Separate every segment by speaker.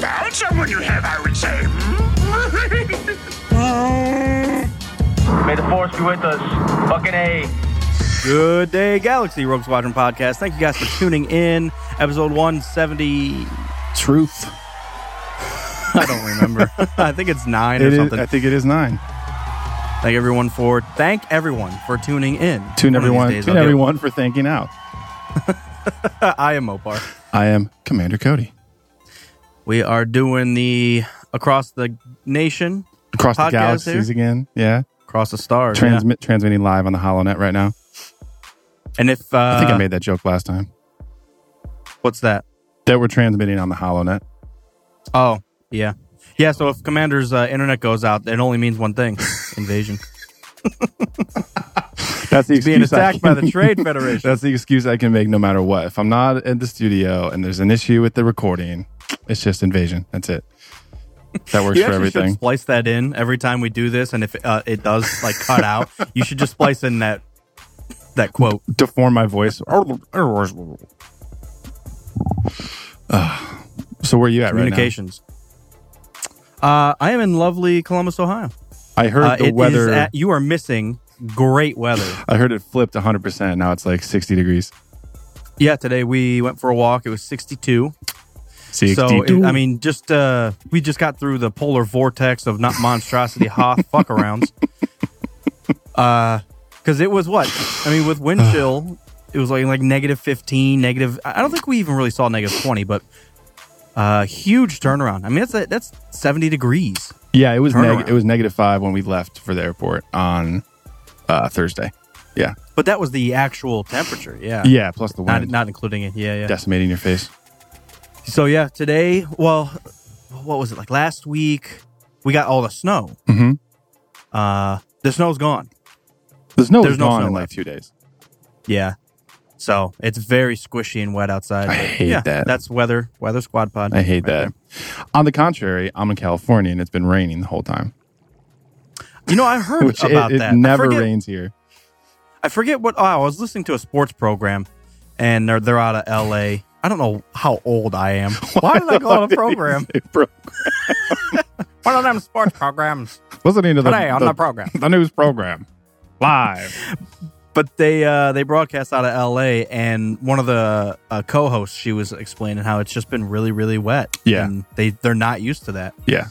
Speaker 1: Found someone you have, I would say.
Speaker 2: May the force be with us. Fucking A.
Speaker 3: Good day, Galaxy Rogue Squadron podcast. Thank you guys for tuning in. Episode 170.
Speaker 4: Truth.
Speaker 3: I don't remember. I think it's nine or
Speaker 4: It is-
Speaker 3: something.
Speaker 4: I think it is nine.
Speaker 3: thank everyone for thank everyone for tuning in.
Speaker 4: Tune
Speaker 3: One of these
Speaker 4: everyone.
Speaker 3: days
Speaker 4: Tune
Speaker 3: I'll do-
Speaker 4: everyone for thanking out.
Speaker 3: I am Opar.
Speaker 4: I am Commander Cody
Speaker 3: We are doing the across the nation,
Speaker 4: across
Speaker 3: Podcast
Speaker 4: the galaxies
Speaker 3: here?
Speaker 4: again. Yeah,
Speaker 3: across the stars. yeah.
Speaker 4: transmit transmitting live on the Holonet right now.
Speaker 3: And if uh,
Speaker 4: I think I made that joke last time
Speaker 3: what's that?
Speaker 4: that we're transmitting on the Holonet.
Speaker 3: Oh yeah, yeah. So if Commander's uh, internet goes out, it only means one thing: invasion.
Speaker 4: That's the
Speaker 3: Being
Speaker 4: excuse I
Speaker 3: attacked by
Speaker 4: can-
Speaker 3: the Trade Federation.
Speaker 4: That's the excuse I can make no matter what. If I'm not at the studio and there's an issue with the recording, it's just invasion. That's it. That works
Speaker 3: you
Speaker 4: for
Speaker 3: actually
Speaker 4: everything.
Speaker 3: should splice that in every time we do this, and if uh, it does like cut out, you should just splice in that that quote.
Speaker 4: Deform my voice. Ah. so where are you at right now?
Speaker 3: communications. Uh, I am in lovely Columbus, Ohio.
Speaker 4: I heard
Speaker 3: Uh,
Speaker 4: the
Speaker 3: it is
Speaker 4: weather.
Speaker 3: at- you are missing great weather.
Speaker 4: I heard it flipped 100%. Now it's like 60 degrees.
Speaker 3: yeah, today we went for a walk. It was 62.
Speaker 4: 60
Speaker 3: So it, I mean, just uh, we just got through the polar vortex of not monstrosity hoth fuck arounds. Uh, because it was what I mean with wind chill, it was like like negative fifteen, negative. I I don't think we even really saw negative twenty, but uh, huge turnaround. I mean, that's that's seventy degrees.
Speaker 4: yeah, it was
Speaker 3: turnaround.
Speaker 4: neg- it was negative five when we left for the airport on uh, Thursday. Yeah,
Speaker 3: But that was the actual temperature. Yeah.
Speaker 4: yeah. Plus the
Speaker 3: Not,
Speaker 4: wind
Speaker 3: not including it. Yeah, yeah.
Speaker 4: decimating your face.
Speaker 3: So yeah, today, well, what was it like last week? We got all the snow.
Speaker 4: Mm-hmm.
Speaker 3: Uh, the snow's gone.
Speaker 4: The snow
Speaker 3: There's
Speaker 4: was
Speaker 3: no
Speaker 4: gone
Speaker 3: snow
Speaker 4: in like
Speaker 3: left.
Speaker 4: two days.
Speaker 3: Yeah. So it's very squishy and wet outside.
Speaker 4: I
Speaker 3: but
Speaker 4: hate
Speaker 3: yeah,
Speaker 4: that.
Speaker 3: That's weather, weather squad pod.
Speaker 4: I hate
Speaker 3: Right
Speaker 4: that. On the contrary, I'm in California and it's been raining the whole time,
Speaker 3: there. You know, I heard
Speaker 4: which it,
Speaker 3: about
Speaker 4: it
Speaker 3: that.
Speaker 4: never
Speaker 3: I forget,
Speaker 4: rains here.
Speaker 3: I forget what. Oh, I was listening to a sports program, and they're they're out of L.A. I don't know how old I am. Why did I call it a program?
Speaker 4: Bro,
Speaker 3: One of them sports programs
Speaker 4: listening to the,
Speaker 3: today on
Speaker 4: the,
Speaker 3: the program.
Speaker 4: the news program live.
Speaker 3: But they uh, they broadcast out of L.A. and one of the uh, co-hosts she was explaining how it's just been really really wet.
Speaker 4: Yeah.
Speaker 3: and they they're not used to that.
Speaker 4: yeah,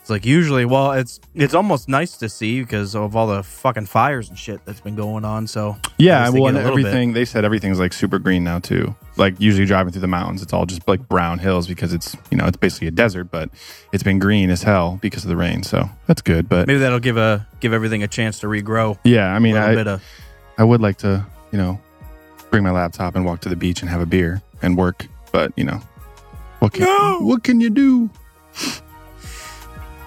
Speaker 3: It's like usually, well, it's it's almost nice to see because of all the fucking fires and shit that's been going on. So
Speaker 4: yeah.
Speaker 3: least they
Speaker 4: Well, and
Speaker 3: get a little bit.
Speaker 4: everything they said everything's like super green now too. Like usually driving through the mountains, it's all just like brown hills because it's you know it's basically a desert, but it's been green as hell because of the rain. So that's good. But
Speaker 3: maybe that'll give a give everything a chance to regrow.
Speaker 4: yeah, I
Speaker 3: A
Speaker 4: mean,
Speaker 3: little
Speaker 4: I,
Speaker 3: bit of
Speaker 4: I would like to, you know, bring my laptop and walk to the beach and have a beer and work, but you know, what can what can you do?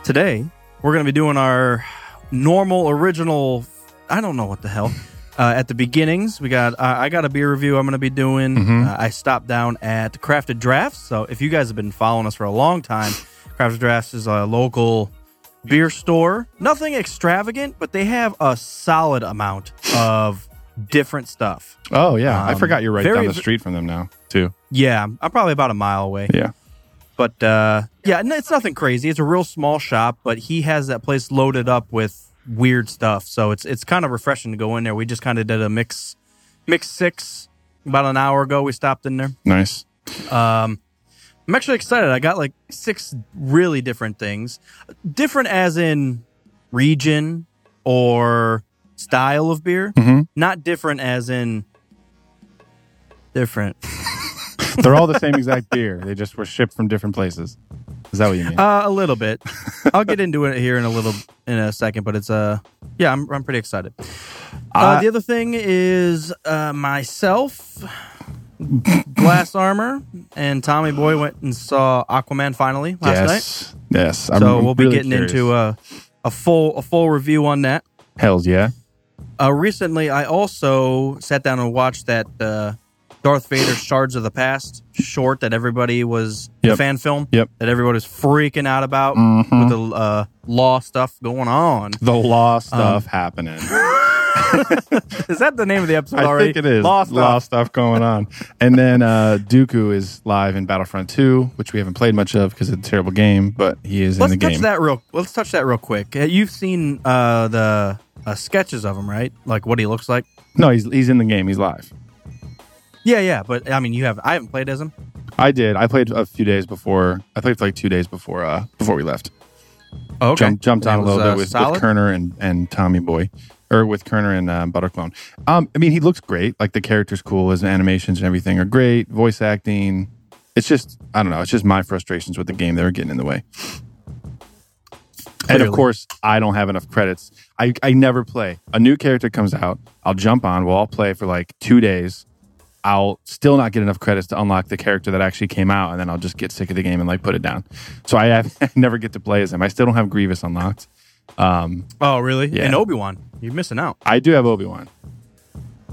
Speaker 3: today. We're gonna be doing our normal original. I don't know what the hell. Uh, at the beginnings, we got uh, I I got a beer review. I'm gonna be doing.
Speaker 4: Mhm.
Speaker 3: Uh, I stopped down at Crafted Drafts. So if you guys have been following us for a long time, Crafted Drafts is a local beer store. Nothing extravagant, but they have a solid amount of different stuff.
Speaker 4: Oh yeah, I
Speaker 3: Um,
Speaker 4: forgot you're right
Speaker 3: very-
Speaker 4: down the street from them now too.
Speaker 3: Yeah, I'm probably about a mile away.
Speaker 4: Yeah,
Speaker 3: But uh, yeah, no, it's nothing crazy. It's a real small shop, but he has that place loaded up with weird stuff. So it's it's kind of refreshing to go in there. We just kind of did a mix mix six about an hour ago. We stopped in there.
Speaker 4: nice.
Speaker 3: Um, I'm actually excited. I got like six really different things, different as in region or style of beer,
Speaker 4: hmm
Speaker 3: not different as in different.
Speaker 4: They're all the same exact beer. They just were shipped from different places. Is that what you mean?
Speaker 3: Uh, a little bit. I'll get into it here in a little in a second, but it's uh yeah, I'm I'm pretty excited. Uh,
Speaker 4: Uh,
Speaker 3: the other thing is uh myself glass armor, and Tommy Boy went and saw Aquaman finally last night.
Speaker 4: yes, yes. I'm
Speaker 3: So we'll be
Speaker 4: really
Speaker 3: getting
Speaker 4: curious.
Speaker 3: into uh, a, a full a full review on that.
Speaker 4: Hell's yeah.
Speaker 3: Uh, recently, I also sat down and watched that uh, Darth Vader Shards of the Past short that everybody was the
Speaker 4: Yep.
Speaker 3: fan film
Speaker 4: Yep.
Speaker 3: that everybody was freaking out about
Speaker 4: Mhm.
Speaker 3: with the uh, law stuff going on.
Speaker 4: The
Speaker 3: Um,
Speaker 4: law stuff happening.
Speaker 3: Is that the name of the episode
Speaker 4: I
Speaker 3: already?
Speaker 4: think it is
Speaker 3: Law
Speaker 4: law
Speaker 3: stuff.
Speaker 4: stuff, going on. and then uh, Dooku is live in Battlefront Two, which we haven't played much of because it's a terrible game, but he is
Speaker 3: Let's
Speaker 4: in the
Speaker 3: touch
Speaker 4: game.
Speaker 3: that real. Let's touch that real quick. Uh, You've seen uh, the uh, sketches of him, right? Like what he looks like.
Speaker 4: No, he's he's in the game. He's live.
Speaker 3: Yeah, yeah. But I mean, you have. I haven't played as him.
Speaker 4: I did. I played a few days before. I played for like two days before uh, before we left.
Speaker 3: Oh, okay.
Speaker 4: Jump, jumped on
Speaker 3: And it
Speaker 4: a little
Speaker 3: was, uh,
Speaker 4: bit with,
Speaker 3: solid?
Speaker 4: with Kerner and, and Tommy Boy, or with Kerner and um, Butterclone. Um, I mean, he looks great. Like the character's cool. His animations and everything are great. Voice acting. It's just I don't know. It's just my frustrations with the game that are getting in the way. And
Speaker 3: Clearly.
Speaker 4: of course, I don't have enough credits. I, I never play. A new character comes out. I'll jump on. We'll all play for like two days. I'll still not get enough credits to unlock the character that actually came out, and then I'll just get sick of the game and like put it down. So I, have, I never get to play as him. I still don't have Grievous unlocked. Um,
Speaker 3: Oh, really?
Speaker 4: Yeah.
Speaker 3: And Obi Wan, you're missing out.
Speaker 4: I do have Obi Wan.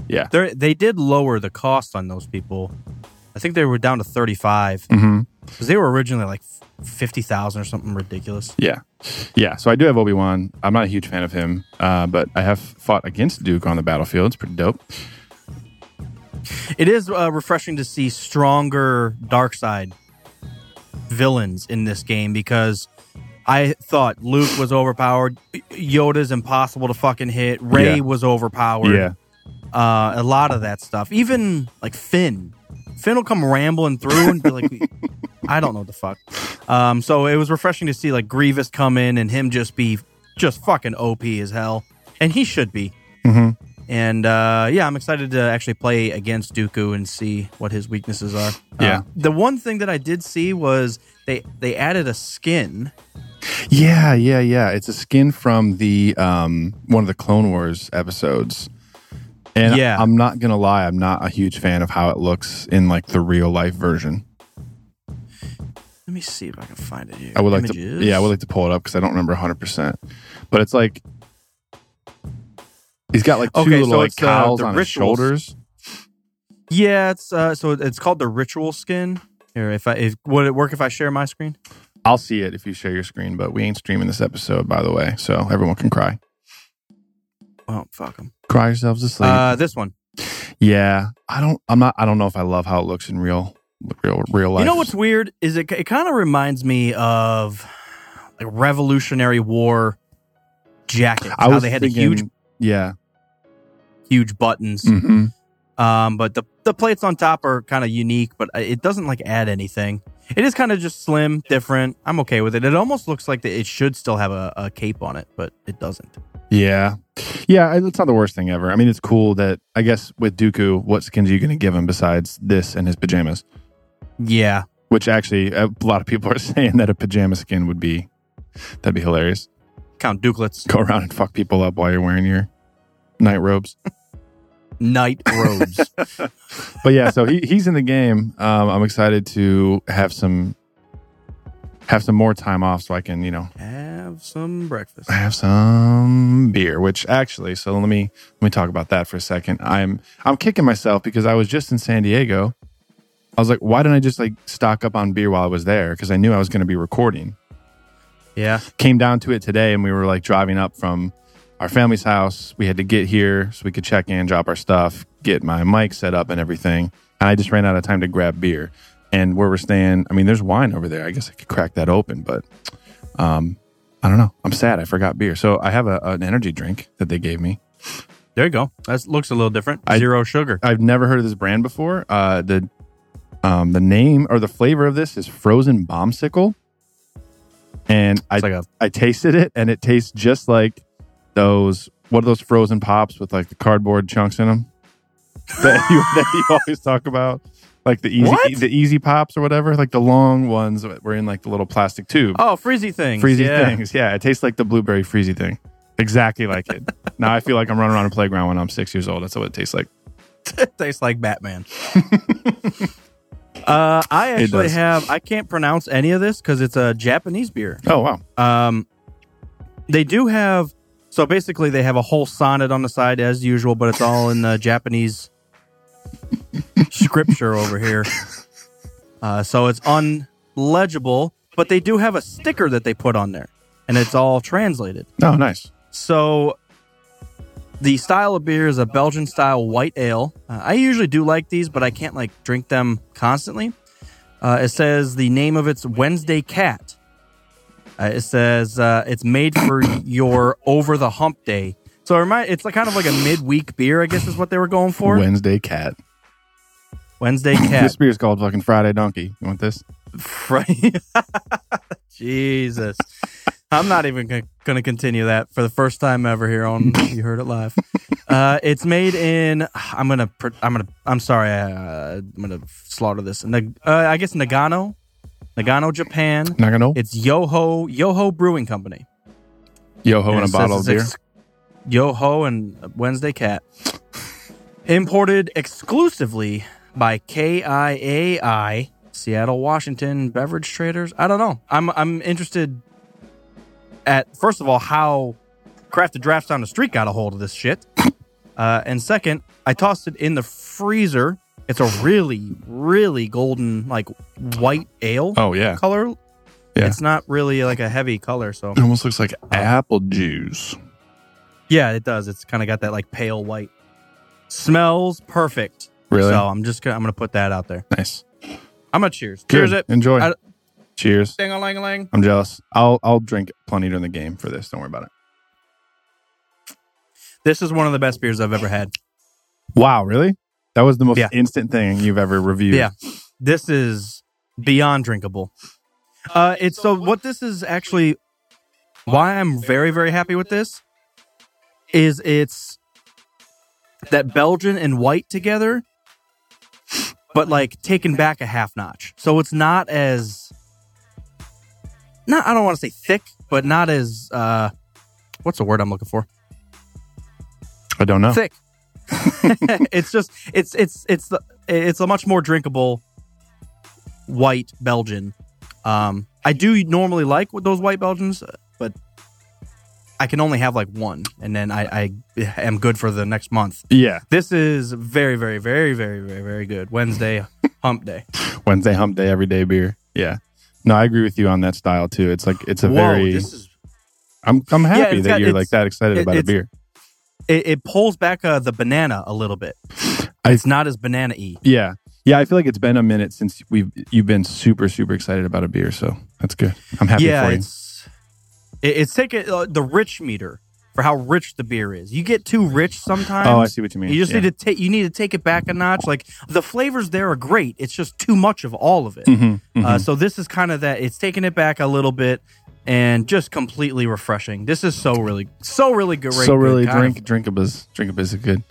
Speaker 4: Yeah,
Speaker 3: They they did lower the cost on those people. I think they were down to thirty five
Speaker 4: Mhm.
Speaker 3: because they were originally like fifty thousand or something ridiculous.
Speaker 4: yeah, yeah. So I do have Obi Wan. I'm not a huge fan of him, uh, but I have fought against Duke on the battlefield. It's pretty dope.
Speaker 3: It is uh, refreshing to see stronger dark side villains in this game because I thought Luke was overpowered, Y- Yoda's impossible to fucking hit, Ray
Speaker 4: Yeah.
Speaker 3: was overpowered,
Speaker 4: Yeah.
Speaker 3: uh, a lot of that stuff. Even like Finn, Finn will come rambling through and be like, I don't know what the fuck. Um, so it was refreshing to see like Grievous come in and him just be just fucking OP as hell, and he should be.
Speaker 4: Mhm.
Speaker 3: And uh, yeah, I'm excited to actually play against Dooku and see what his weaknesses are.
Speaker 4: Yeah.
Speaker 3: Uh, the one thing that I did see was they they added a skin.
Speaker 4: Yeah, yeah, yeah. It's a skin from the um one of the Clone Wars episodes. And
Speaker 3: Yeah.
Speaker 4: I'm not gonna lie, I'm not a huge fan of how it looks in like the real life version.
Speaker 3: Let me see if I can find it here.
Speaker 4: I would like
Speaker 3: Images.
Speaker 4: to, yeah, I would like to pull it up because I don't remember 100. percent But it's like he's got like two
Speaker 3: Okay,
Speaker 4: little
Speaker 3: so
Speaker 4: like
Speaker 3: it's, uh,
Speaker 4: cowls
Speaker 3: the
Speaker 4: on
Speaker 3: rituals.
Speaker 4: his shoulders.
Speaker 3: Yeah, it's uh, so it's called the ritual skin. Here, if I if would it work if I share my screen?
Speaker 4: I'll see it if you share your screen, but we ain't streaming this episode, by the way, so everyone can cry,
Speaker 3: Well, Oh, fuck them.
Speaker 4: cry yourselves to sleep.
Speaker 3: Uh, this one.
Speaker 4: yeah, I don't, I'm not, I don't know if I love how it looks in real, real, real life.
Speaker 3: You know what's weird is it. It kind of reminds me of like Revolutionary War jackets.
Speaker 4: I
Speaker 3: how
Speaker 4: was
Speaker 3: they had
Speaker 4: thinking,
Speaker 3: the huge,
Speaker 4: yeah.
Speaker 3: huge buttons.
Speaker 4: Mm-hmm.
Speaker 3: Um, but the the plates on top are kind of unique, but uh, it doesn't like add anything. It is kind of just slim, different. I'm okay with it. It almost looks like it should still have a, a cape on it, but it doesn't.
Speaker 4: Yeah, yeah. I- It's not the worst thing ever. I mean, it's cool that I guess with Dooku, what skins are you going to give him besides this and his pajamas?
Speaker 3: Yeah,
Speaker 4: Which actually, a lot of people are saying that a pajama skin would be that'd be hilarious.
Speaker 3: Count Dukelets,
Speaker 4: Go around and fuck people up while you're wearing your night robes.
Speaker 3: Knight robes.
Speaker 4: But yeah, so he, he's in the game. Um, I'm excited to have some have some more time off so I can you know
Speaker 3: have some breakfast.
Speaker 4: I have some beer, which actually, so let me let me talk about that for a second. I'm I'm kicking myself because I was just in San Diego. I was like, why didn't I just like stock up on beer while I was there? Because I knew I was going to be recording.
Speaker 3: Yeah.
Speaker 4: Came down to it today, and we were like driving up from our family's house. We had to get here so we could check in, drop our stuff, get my mic set up, and everything. And I just ran out of time to grab beer. And where we're staying, I mean, there's wine over there. I guess I could crack that open, but um, I don't know. I'm sad. I forgot beer. So I have a, an energy drink that they gave me.
Speaker 3: There you go. That looks a little different.
Speaker 4: I-
Speaker 3: Zero sugar.
Speaker 4: I've never heard of this brand before. Uh, the um, the name or the flavor of this is frozen bombsicle, and I
Speaker 3: It's like a
Speaker 4: I tasted it and it tastes just like those what are those frozen pops with like the cardboard chunks in them that you that you always talk about, like the easy
Speaker 3: What?
Speaker 4: the easy pops or whatever, like the long ones that were in like the little plastic tube.
Speaker 3: oh freezy things.
Speaker 4: Freezy
Speaker 3: yeah.
Speaker 4: things. Yeah, it tastes like the blueberry freezy thing. Exactly like it. now I feel like I'm running around a playground when I'm six years old. That's what it tastes like.
Speaker 3: it tastes like Batman. uh, I
Speaker 4: It
Speaker 3: actually
Speaker 4: does.
Speaker 3: have. I can't pronounce any of this because it's a Japanese beer.
Speaker 4: Oh wow.
Speaker 3: Um, they do have. So basically, they have a whole sonnet on the side as usual, but it's all in the Japanese scripture over here. Uh, so it's unlegible, but they do have a sticker that they put on there, and it's all translated.
Speaker 4: Oh nice.
Speaker 3: So the style of beer is a Belgian style white ale. Uh, I usually do like these, but I can't like drink them constantly. Uh, it says the name of it's Wednesday Cat. Uh, it says uh, it's made for your over the hump day. So it remind, it's like kind of like a midweek beer, I guess is what they were going for.
Speaker 4: Wednesday cat.
Speaker 3: Wednesday
Speaker 4: This
Speaker 3: Cat.
Speaker 4: beer's called fucking Friday Donkey. You want this?
Speaker 3: Right. Jesus. I'm not even going to continue that for the first time ever here on You Heard It Live. Uh, it's made in I'm gonna pr- I'm gonna I'm sorry uh, I'm gonna slaughter this. Nag- uh, I guess Nagano, Nagano, Japan.
Speaker 4: Not gonna know.
Speaker 3: It's Yoho Yoho Brewing Company.
Speaker 4: Yo ho in
Speaker 3: And
Speaker 4: a
Speaker 3: it says
Speaker 4: bottle of
Speaker 3: it's
Speaker 4: beer.
Speaker 3: ex- Yoho and Wednesday Cat. Imported exclusively by KIAI, Seattle, Washington, beverage traders. I don't know. I'm I'm interested at first of all how Crafted Drafts on the Street got a hold of this shit. Uh, and second, I tossed it in the freezer. It's a really, really golden, like white ale
Speaker 4: oh yeah.
Speaker 3: color.
Speaker 4: Yeah.
Speaker 3: It's not really like a heavy color, so
Speaker 4: It almost looks like apple juice.
Speaker 3: yeah, it does. It's kind of got that like pale white. Smells perfect.
Speaker 4: Really?
Speaker 3: So I'm just gonna I'm gonna put that out there.
Speaker 4: Nice.
Speaker 3: I'm gonna cheers.
Speaker 4: Good.
Speaker 3: Cheers it.
Speaker 4: Enjoy.
Speaker 3: I-
Speaker 4: Cheers.
Speaker 3: Ding a lang lang.
Speaker 4: I'm jealous. I'll I'll drink plenty during the game for this. Don't worry about it.
Speaker 3: This is one of the best beers I've ever had.
Speaker 4: Wow, really? That was the most
Speaker 3: Yeah.
Speaker 4: instant thing you've ever reviewed.
Speaker 3: Yeah. This is beyond drinkable. Uh it's so what this is actually why I'm very, very happy with this is it's that Belgian and white together, but like taken back a half notch. So it's not as not I don't want to say thick, but not as uh what's the word I'm looking for?
Speaker 4: I don't know.
Speaker 3: Thick. it's just it's it's it's the it's a much more drinkable white Belgian. Um I do normally like with those white Belgians, but I can only have like one and then I, I am good for the next month.
Speaker 4: Yeah.
Speaker 3: This is very, very, very, very, very, very good. Wednesday hump day.
Speaker 4: Wednesday hump day, everyday beer. Yeah. No, I agree with you on that style too. It's like it's a very
Speaker 3: this is
Speaker 4: I'm I'm happy
Speaker 3: it's
Speaker 4: that
Speaker 3: got-
Speaker 4: you're
Speaker 3: it's-
Speaker 4: like that excited
Speaker 3: it-
Speaker 4: about a
Speaker 3: it's-
Speaker 4: beer.
Speaker 3: it, it pulls back uh, the banana a little bit.
Speaker 4: I-
Speaker 3: It's not as banana y.
Speaker 4: Yeah. Yeah, I feel like it's been a minute since we've you've been super, super excited about a beer, so that's good. I'm happy
Speaker 3: Yeah,
Speaker 4: for you.
Speaker 3: it's it, it's taking uh, the rich meter for how rich the beer is. You get too rich sometimes.
Speaker 4: Oh, I see what you mean.
Speaker 3: You just
Speaker 4: Yeah.
Speaker 3: need to take you need to take it back a notch. Like the flavors there are great. It's just too much of all of it.
Speaker 4: Mhm, mhm.
Speaker 3: Uh, so this is kind of that. It's taking it back a little bit and just completely refreshing. This is so really, so really good.
Speaker 4: so really
Speaker 3: good kind
Speaker 4: drink
Speaker 3: of-
Speaker 4: drinkable is drinkable is good.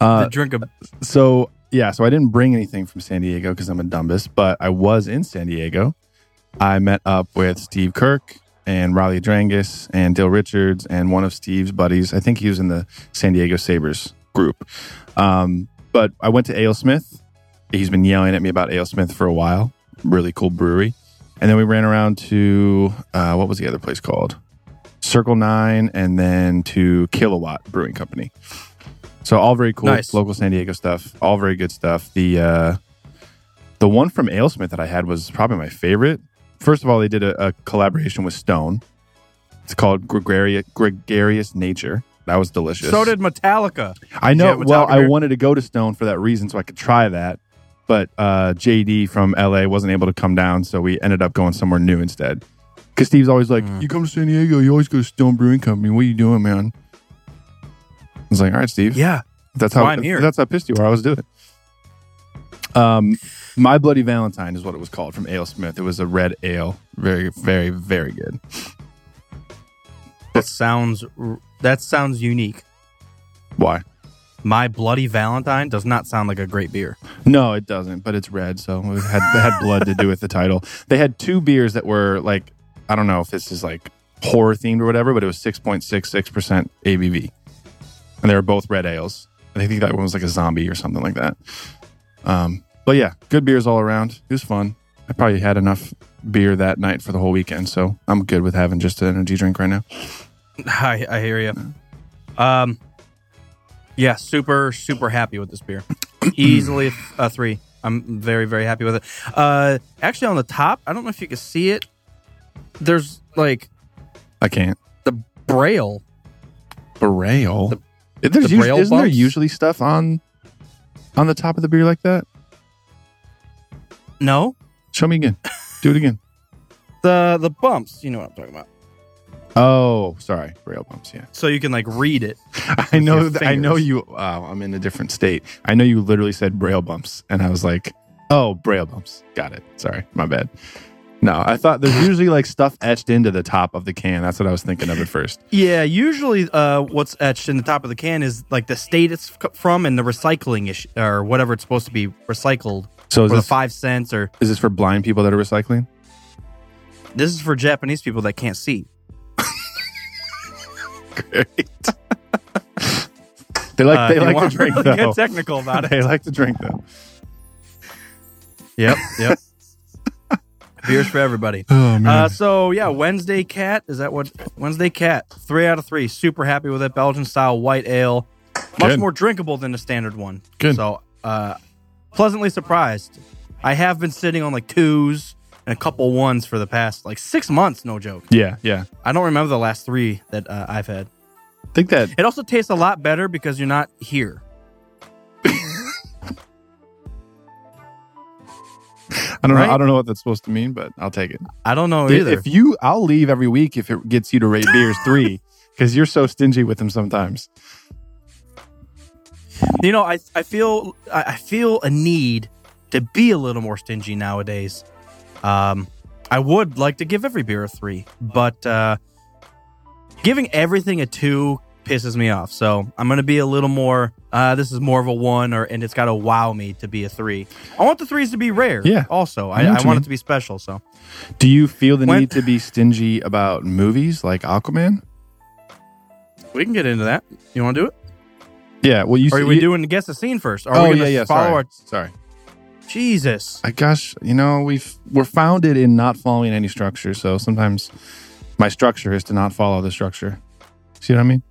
Speaker 4: Uh,
Speaker 3: the drink of
Speaker 4: so yeah, so I didn't bring anything from San Diego because I'm a dumbest, but I was in San Diego. I met up with Steve Kirk and Riley Drangis and Dale Richards and one of Steve's buddies. I think he was in the San Diego Sabres group. Um, but I went to Ale Smith. He's been yelling at me about Ale Smith for a while. Really cool brewery. And then we ran around to uh, what was the other place called? Circle Nine, and then to Kilowatt Brewing Company. So all very cool
Speaker 3: Nice.
Speaker 4: local San Diego stuff. All very good stuff. The uh, the one from AleSmith that I had was probably my favorite. First of all, they did a, a collaboration with Stone. It's called Gregarious, Gregarious Nature. That was delicious.
Speaker 3: so did Metallica.
Speaker 4: I know.
Speaker 3: Yeah, we're
Speaker 4: well,
Speaker 3: talking
Speaker 4: I
Speaker 3: here.
Speaker 4: wanted to go to Stone for that reason, so I could try that. But uh, JD from LA wasn't able to come down, so we ended up going somewhere new instead. Because Steve's always like,
Speaker 3: Mm.
Speaker 4: "You come to San Diego, you always go to Stone Brewing Company. What are you doing, man?" I was like, "All right, Steve.
Speaker 3: Yeah,
Speaker 4: that's how
Speaker 3: why I'm here."
Speaker 4: that's how pissed you are. I was doing it." Um, my bloody Valentine is what it was called from Ale Smith. It was a red ale, very, very, very good.
Speaker 3: that sounds r- that sounds unique.
Speaker 4: Why?
Speaker 3: My Bloody Valentine does not sound like a great beer.
Speaker 4: No, it doesn't, but it's red, so it had it had blood to do with the title. They had two beers that were like I don't know if this is like horror themed or whatever, but it was 6.66% ABV. And they were both red ales. I think that one was like a zombie or something like that. Um, but yeah, good beers all around. It was fun. I probably had enough beer that night for the whole weekend, so I'm good with having just an energy drink right now.
Speaker 3: I, I hear you. Um, yeah, super, super happy with this beer. Easily a three. I'm very, very happy with it. Uh, actually, on the top, I don't know if you can see it. There's like
Speaker 4: I can't.
Speaker 3: the braille.
Speaker 4: Braille.
Speaker 3: The-
Speaker 4: There's
Speaker 3: the
Speaker 4: usu-
Speaker 3: braille
Speaker 4: isn't there
Speaker 3: bumps?
Speaker 4: usually stuff on on the top of the beer like that?
Speaker 3: No,
Speaker 4: Show me again. Do it again.
Speaker 3: the the bumps. You know what I'm talking about.
Speaker 4: Oh, sorry. Braille bumps. Yeah.
Speaker 3: So you can like read it.
Speaker 4: I know.
Speaker 3: your
Speaker 4: Th- I know
Speaker 3: fingers.
Speaker 4: you. Wow, I'm in a different state. I know you literally said braille bumps, and I was like, "Oh, braille bumps. Got it. Sorry, my bad." No, I thought there's usually like stuff etched into the top of the can. That's what I was thinking of at first.
Speaker 3: Yeah, usually uh, what's etched in the top of the can is like the state it's c- from and the recycling issue or whatever it's supposed to be recycled.
Speaker 4: So
Speaker 3: Or
Speaker 4: is
Speaker 3: the
Speaker 4: this,
Speaker 3: five cents or
Speaker 4: is this for blind people that are recycling?
Speaker 3: this is for Japanese people that can't see.
Speaker 4: Great. they like
Speaker 3: Uh,
Speaker 4: they
Speaker 3: you
Speaker 4: like
Speaker 3: wanna
Speaker 4: to drink though.
Speaker 3: really Get technical about it.
Speaker 4: They like to drink though.
Speaker 3: Yep, yep. Beers for everybody.
Speaker 4: Oh
Speaker 3: Uh, so yeah, Wednesday Cat is that what Wednesday Cat? Three out of three. Super happy with it. Belgian style white ale, much
Speaker 4: Good.
Speaker 3: more drinkable than the standard one.
Speaker 4: Good.
Speaker 3: So uh, pleasantly surprised. I have been sitting on like twos and a couple ones for the past like six months. No joke.
Speaker 4: yeah, yeah.
Speaker 3: I don't remember the last three that uh, I've had.
Speaker 4: I think that
Speaker 3: It also tastes a lot better because you're not here.
Speaker 4: I don't
Speaker 3: Right?
Speaker 4: know. I don't know what that's supposed to mean, but I'll take it.
Speaker 3: I don't know
Speaker 4: Dude,
Speaker 3: either.
Speaker 4: If you, I'll leave every week if it gets you to rate beers three because you're so stingy with them sometimes.
Speaker 3: You know, I I feel I I feel a need to be a little more stingy nowadays. Um, I would like to give every beer a three, but uh, giving everything a two pisses me off. So I'm gonna be a little more. Uh, this is more of a one, or and it's got to wow me to be a three. I want the threes to be rare.
Speaker 4: Yeah.
Speaker 3: Also,
Speaker 4: I know
Speaker 3: I,
Speaker 4: what
Speaker 3: I
Speaker 4: you
Speaker 3: want
Speaker 4: mean.
Speaker 3: it to be special. So
Speaker 4: Do you feel the
Speaker 3: When-
Speaker 4: need to be stingy about movies like Aquaman?
Speaker 3: we can get into that. You want to do it?
Speaker 4: Yeah. Well, you.
Speaker 3: Or are we doing guess the scene first? Or are
Speaker 4: oh
Speaker 3: we
Speaker 4: yeah,
Speaker 3: gonna
Speaker 4: yeah.
Speaker 3: follow
Speaker 4: Sorry.
Speaker 3: our
Speaker 4: sorry.
Speaker 3: Jesus?
Speaker 4: I, gosh, you know we've we're founded in not following any structure, so sometimes my structure is to not follow the structure. See what I mean?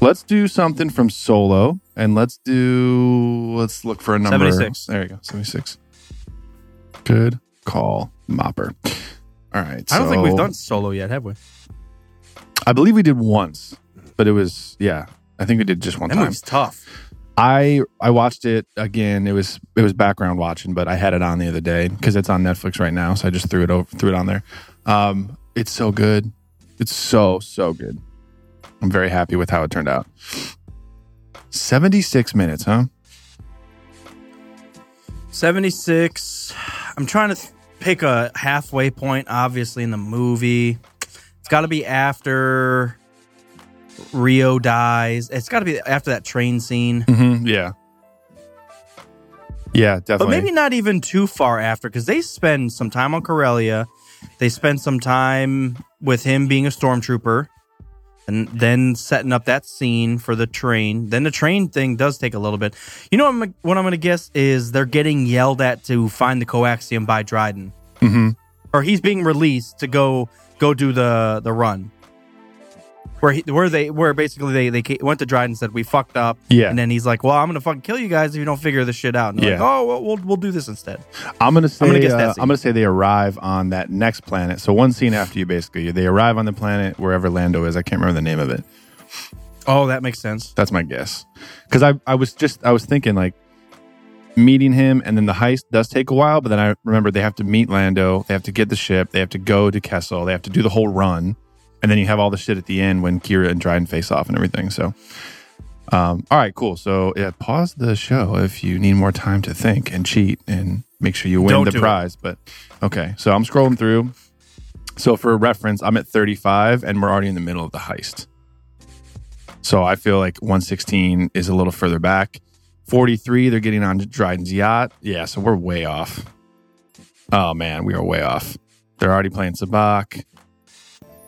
Speaker 4: Let's do something from Solo, and let's do. Let's look for a number.
Speaker 3: 76.
Speaker 4: There you go. Seventy-six. Good call, Mopper. All right.
Speaker 3: I don't think
Speaker 4: so-
Speaker 3: we've done solo yet, have we?
Speaker 4: I believe we did once, but it was yeah. I think we did just one
Speaker 3: That
Speaker 4: time.
Speaker 3: movie's tough.
Speaker 4: I I watched it again. It was it was background watching, but I had it on the other day because it's on Netflix right now. So I just threw it over threw it on there. Um, it's so good. It's so so good. I'm very happy with how it turned out. Seventy six minutes, huh?
Speaker 3: 76 i'm trying to th- pick a halfway point obviously in the movie it's got to be after rio dies it's got to be after that train scene
Speaker 4: Mm-hmm. Yeah. Yeah, definitely.
Speaker 3: Hmm, but maybe not even too far after because they spend some time on Corellia. They spend some time with him being a stormtrooper and then setting up that scene for the train. Then the train thing does take a little bit. You know what I'm, what I'm going to guess is they're getting yelled at to find the coaxium by Dryden.
Speaker 4: Mhm.
Speaker 3: Or he's being released to go go do the the run. Where he, where they where basically they they ca- went to Dryden and said we fucked up.
Speaker 4: Yeah.
Speaker 3: And then he's like, "Well, I'm gonna fucking kill you guys if you don't figure this shit out." And they're
Speaker 4: Yeah.
Speaker 3: like, "Oh, well, we'll we'll do this instead."
Speaker 4: I'm gonna say. I'm
Speaker 3: gonna
Speaker 4: gonna,
Speaker 3: guess that
Speaker 4: uh,
Speaker 3: scene.
Speaker 4: I'm gonna say they arrive on that next planet. So one scene after you, basically, they arrive on the planet wherever Lando is. I can't remember the name of it.
Speaker 3: Oh, that makes sense.
Speaker 4: That's my guess. Because I, I was just I was thinking like meeting him and then the heist does take a while, but then I remember they have to meet Lando, they have to get the ship, they have to go to Kessel, they have to do the whole run, and then you have all the shit at the end when Kira and Dryden face off and everything. So um, all right, cool. So yeah, pause the show if you need more time to think and cheat and make sure you win
Speaker 3: Don't
Speaker 4: the
Speaker 3: do it.
Speaker 4: prize. But okay, so I'm scrolling through. So for reference, I'm at 35 and we're already in the middle of the heist. So I feel like 116 is a little further back. 43, they're getting on Dryden's yacht. Yeah, so we're way off. Oh man, we are way off. They're already playing Sabak.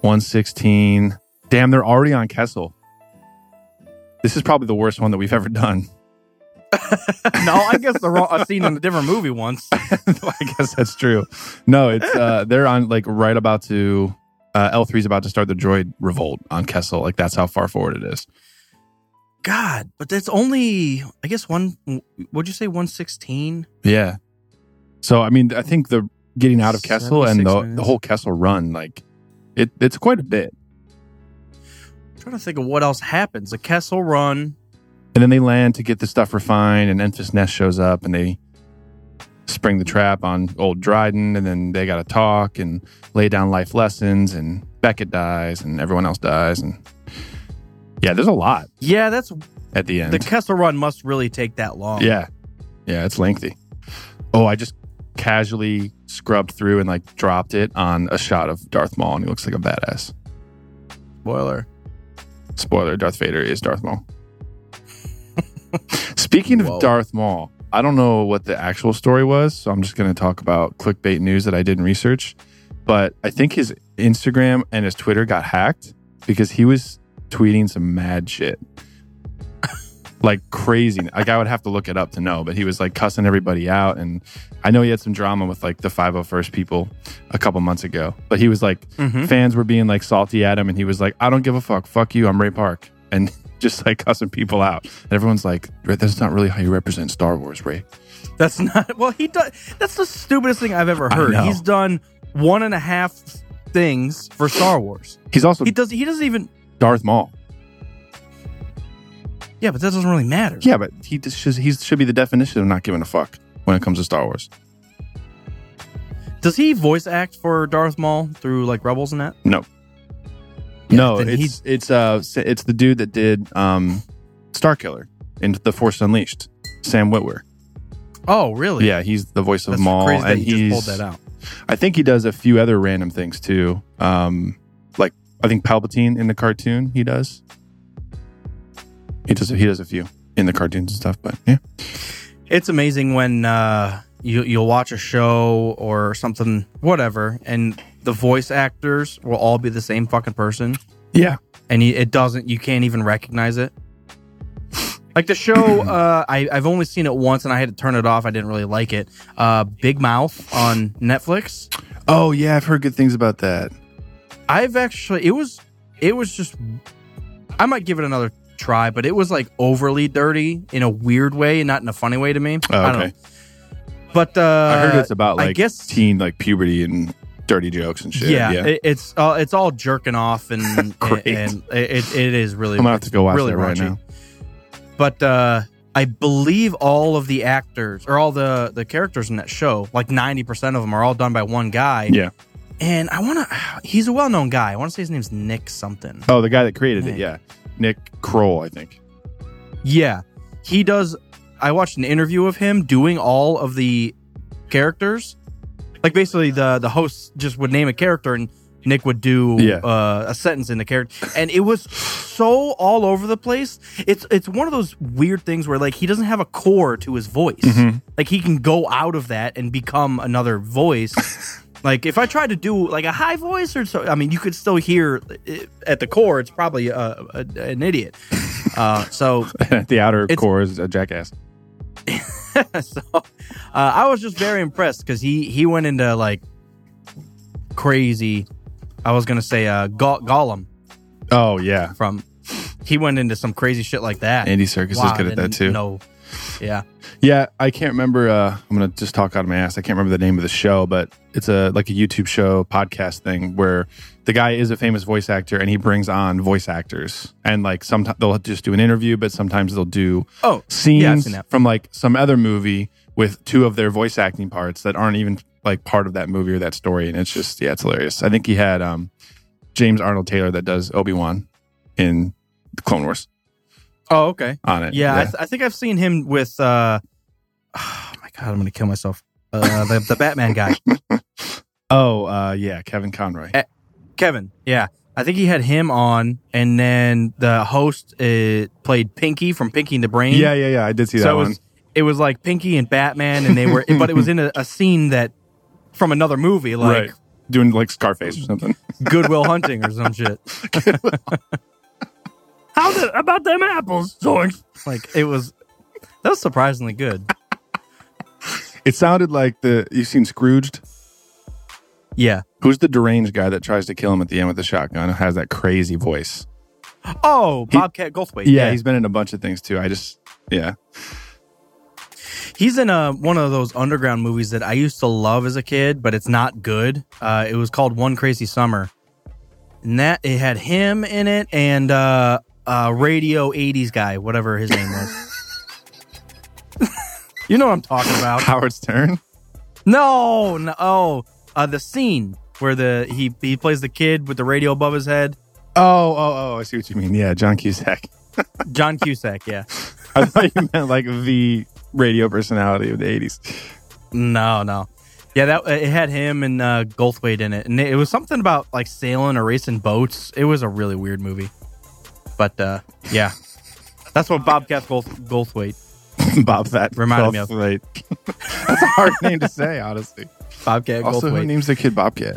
Speaker 4: 116. Damn, they're already on Kessel. This is probably the worst one that we've ever done.
Speaker 3: No, I guess the wrong, I've seen in a different movie once.
Speaker 4: I guess that's true. No, it's uh, they're on like right about to uh, L 3s about to start the droid revolt on Kessel. Like that's how far forward it is.
Speaker 3: God, but that's only I guess one. What'd you say? One sixteen.
Speaker 4: Yeah. So I mean, I think the getting out of Kessel and the,
Speaker 3: 76 minutes.
Speaker 4: the whole Kessel run, like it, it's quite a bit.
Speaker 3: Trying to think of what else happens. The Kessel Run.
Speaker 4: And then they land to get the stuff refined, and Enfys Nest shows up, and they spring the trap on old Dryden, and then they got to talk and lay down life lessons, and Beckett dies, and everyone else dies, and yeah, there's a lot
Speaker 3: Yeah, that's
Speaker 4: at the end.
Speaker 3: the Kessel Run must really take that long.
Speaker 4: yeah, yeah, it's lengthy. Oh, I just casually scrubbed through and like dropped it on a shot of Darth Maul, and he looks like a badass.
Speaker 3: Spoiler.
Speaker 4: Spoiler: Darth Vader is Darth Maul. Speaking of
Speaker 3: Whoa.
Speaker 4: Darth Maul, I don't know what the actual story was, so I'm just going to talk about clickbait news that I didn't research. But I think his Instagram and his Twitter got hacked because he was tweeting some mad shit, like crazy. Like I would have to look it up to know, but he was like cussing everybody out, and I know he had some drama with like the 501st people a couple months ago. But he was like
Speaker 3: Mm-hmm.
Speaker 4: fans were being like salty at him and he was like i don't give a fuck fuck you i'm ray park and just like cussing people out and everyone's like "Ray, that's not really how you represent star wars ray
Speaker 3: That's not well. He does. That's the stupidest thing I've ever
Speaker 4: I
Speaker 3: heard.
Speaker 4: know.
Speaker 3: He's done one and a half things for Star Wars.
Speaker 4: he's also
Speaker 3: He does. He doesn't even.
Speaker 4: darth maul
Speaker 3: Yeah, but that doesn't really matter.
Speaker 4: yeah but he just should, he should be the definition of not giving a fuck when it comes to star wars
Speaker 3: Does he voice act for Darth Maul through like Rebels and that?
Speaker 4: no no
Speaker 3: then
Speaker 4: it's it's uh it's the dude that did um star killer in the force unleashed sam witwer
Speaker 3: Oh, really?
Speaker 4: yeah he's the voice of
Speaker 3: That's
Speaker 4: maul
Speaker 3: crazy that
Speaker 4: and
Speaker 3: he
Speaker 4: he's
Speaker 3: just pulled that out.
Speaker 4: I think he does a few other random things too. Um, like I think Palpatine in the cartoon he does. He does he does a few in the cartoons and stuff, but yeah,
Speaker 3: It's amazing when uh, you you'll watch a show or something, whatever, and the voice actors will all be the same fucking person,
Speaker 4: yeah,
Speaker 3: and you, it doesn't. You can't even recognize it. Like the show, uh, I, I've only seen it once, and I had to turn it off. I didn't really like it. Uh, Big Mouth on Netflix.
Speaker 4: oh yeah, I've heard good things about that.
Speaker 3: I've actually it was it was just I might give it another try, but it was like overly dirty in a weird way and not in a funny way to me.
Speaker 4: Oh,
Speaker 3: I don't
Speaker 4: okay,
Speaker 3: know. But uh
Speaker 4: I heard it's about
Speaker 3: I
Speaker 4: like
Speaker 3: guess-
Speaker 4: teen like puberty and dirty jokes and shit.
Speaker 3: yeah, it- it's uh, it's all jerking off and and,
Speaker 4: Great.
Speaker 3: and it, it is really
Speaker 4: I'm gonna have to go watch
Speaker 3: really
Speaker 4: that right
Speaker 3: raunchy.
Speaker 4: now.
Speaker 3: But uh I believe all of the actors or all the the characters in that show, like 90% of them are all done by one guy.
Speaker 4: Yeah.
Speaker 3: And I want to he's a well-known guy. I want to say his name's Nick something.
Speaker 4: Oh, the guy that created it,
Speaker 3: Nick.
Speaker 4: yeah, Nick Kroll, I think.
Speaker 3: Yeah. He does I watched an interview of him doing all of the characters. Like basically the the host just would name a character and Nick would do
Speaker 4: Yeah.
Speaker 3: uh, a sentence in the character and it was so all over the place. It's it's one of those weird things where like he doesn't have a core to his voice. Like he can go out of that and become another voice. like if I tried to do like a high voice or so I mean you could still hear it, at the core it's probably a, a, an idiot. Uh, so
Speaker 4: the outer
Speaker 3: It's-
Speaker 4: core is a jackass.
Speaker 3: so uh, I was just very impressed because he he went into like crazy. I was gonna say uh, Go- Gollum
Speaker 4: Oh yeah,
Speaker 3: from. He went into some crazy shit like that.
Speaker 4: Andy Circus
Speaker 3: Wow,
Speaker 4: is good at that
Speaker 3: didn't
Speaker 4: too.
Speaker 3: know. yeah,
Speaker 4: Yeah, I can't remember. Uh, I'm gonna just talk out of my ass. I can't remember the name of the show, but it's a like a YouTube show podcast thing where the guy is a famous voice actor and he brings on voice actors, and like sometimes they'll just do an interview, but sometimes they'll do
Speaker 3: Oh,
Speaker 4: scenes
Speaker 3: yeah, I've seen that.
Speaker 4: from like some other movie with two of their voice acting parts that aren't even like part of that movie or that story, and it's just yeah, it's hilarious. I think he had um, James Arnold Taylor that does Obi Wan in the Clone Wars
Speaker 3: Oh, okay.
Speaker 4: on it.
Speaker 3: Yeah, I, th- I think I've seen him with. Uh, oh my god, I'm gonna kill myself. Uh, the, the Batman guy,
Speaker 4: oh uh, yeah, Kevin Conroy.
Speaker 3: Kevin. Yeah, I think he had him on, and then the host uh, played Pinky from Pinky and the Brain.
Speaker 4: Yeah, yeah, yeah. I did see that
Speaker 3: so it
Speaker 4: one.
Speaker 3: was it was like Pinky and Batman, and they were, but it was in a, a scene that from another movie, like
Speaker 4: right. doing like Scarface or something.
Speaker 3: Goodwill Hunting or some shit.
Speaker 4: How the, about them apples, Zoinks?
Speaker 3: Like it was that was surprisingly good.
Speaker 4: It sounded like the you seen Scrooged.
Speaker 3: Yeah.
Speaker 4: Who's the deranged guy that tries to kill him at the end with the shotgun? Who has that crazy voice?
Speaker 3: Oh, Bobcat Goldthwait.
Speaker 4: Yeah, he's been in a bunch of things too. I just yeah.
Speaker 3: He's in a, one of those underground movies that I used to love as a kid, but it's not good. Uh, it was called One Crazy Summer. And that it had him in it and uh, uh, Radio 80s guy, whatever his name was. you know what I'm talking about.
Speaker 4: Howard Stern.
Speaker 3: No, no. Oh, uh, the scene where the he, he plays the kid with the radio above his head.
Speaker 4: Oh oh oh! I see what you mean. Yeah, John Cusack.
Speaker 3: John Cusack, yeah.
Speaker 4: I thought you meant like the radio personality of the eighties.
Speaker 3: No, no. Yeah, that it had him and uh, Goldthwait in it, and it was something about like sailing or racing boats. It was a really weird movie, but uh, yeah, that's what Bobcat Gold, Goldthwait,
Speaker 4: Bob Fat.
Speaker 3: Reminded me of-
Speaker 4: Goldthwait. That's a hard name to say, honestly.
Speaker 3: Bobcat
Speaker 4: Also, who
Speaker 3: Goldthwait.
Speaker 4: names the kid Bobcat?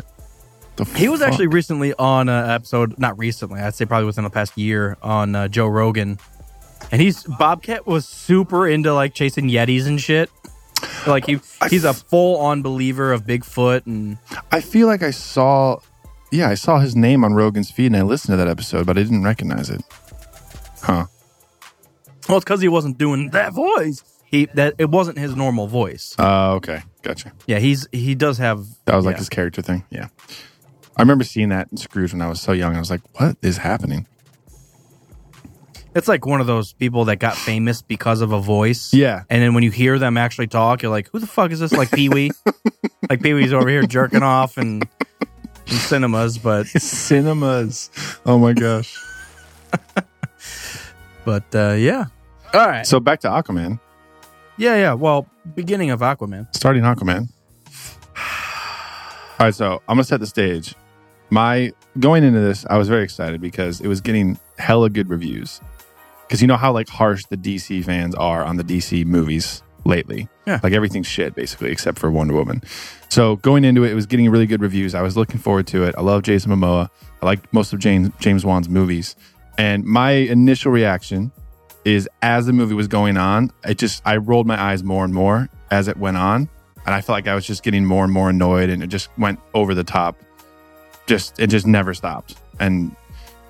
Speaker 4: The
Speaker 3: he was
Speaker 4: fuck?
Speaker 3: actually recently on an episode, not recently, I'd say probably within the past year on uh, Joe Rogan, and he's Bobcat was super into like chasing yetis and shit. Like he, he's a full on believer of Bigfoot and
Speaker 4: I feel like I saw. Yeah, I saw his name on Rogan's feed, and I listened to that episode, but I didn't recognize it. Huh?
Speaker 3: Well, it's because he wasn't doing that voice. He that it wasn't his normal voice.
Speaker 4: Uh, okay, gotcha.
Speaker 3: Yeah, he's he does have.
Speaker 4: That was like
Speaker 3: yeah.
Speaker 4: his character thing. Yeah, I remember seeing that in Scrooge when I was so young. I was like, "What is happening?"
Speaker 3: It's like one of those people that got famous because of a voice.
Speaker 4: Yeah.
Speaker 3: and then when you hear them actually talk, you're like, "Who the fuck is this?" Like Pee Wee, like Pee Wee's over here jerking off and in cinemas, but
Speaker 4: Cinemas. Oh my gosh.
Speaker 3: but uh, yeah. All right.
Speaker 4: so back to Aquaman.
Speaker 3: Yeah, yeah. Well, beginning of Aquaman.
Speaker 4: Starting Aquaman. All right, so I'm gonna set the stage. My going into this, I was very excited because it was getting hella good reviews. Because you know how like harsh the DC fans are on the DC movies lately.
Speaker 3: Yeah.
Speaker 4: Like everything's shit basically, except for Wonder Woman. So going into it, it was getting really good reviews. I was looking forward to it. I love Jason Momoa. I like most of James James Wan's movies. And my initial reaction is as the movie was going on, it just I rolled my eyes more and more as it went on, and I felt like I was just getting more and more annoyed, and it just went over the top. Just it just never stopped, and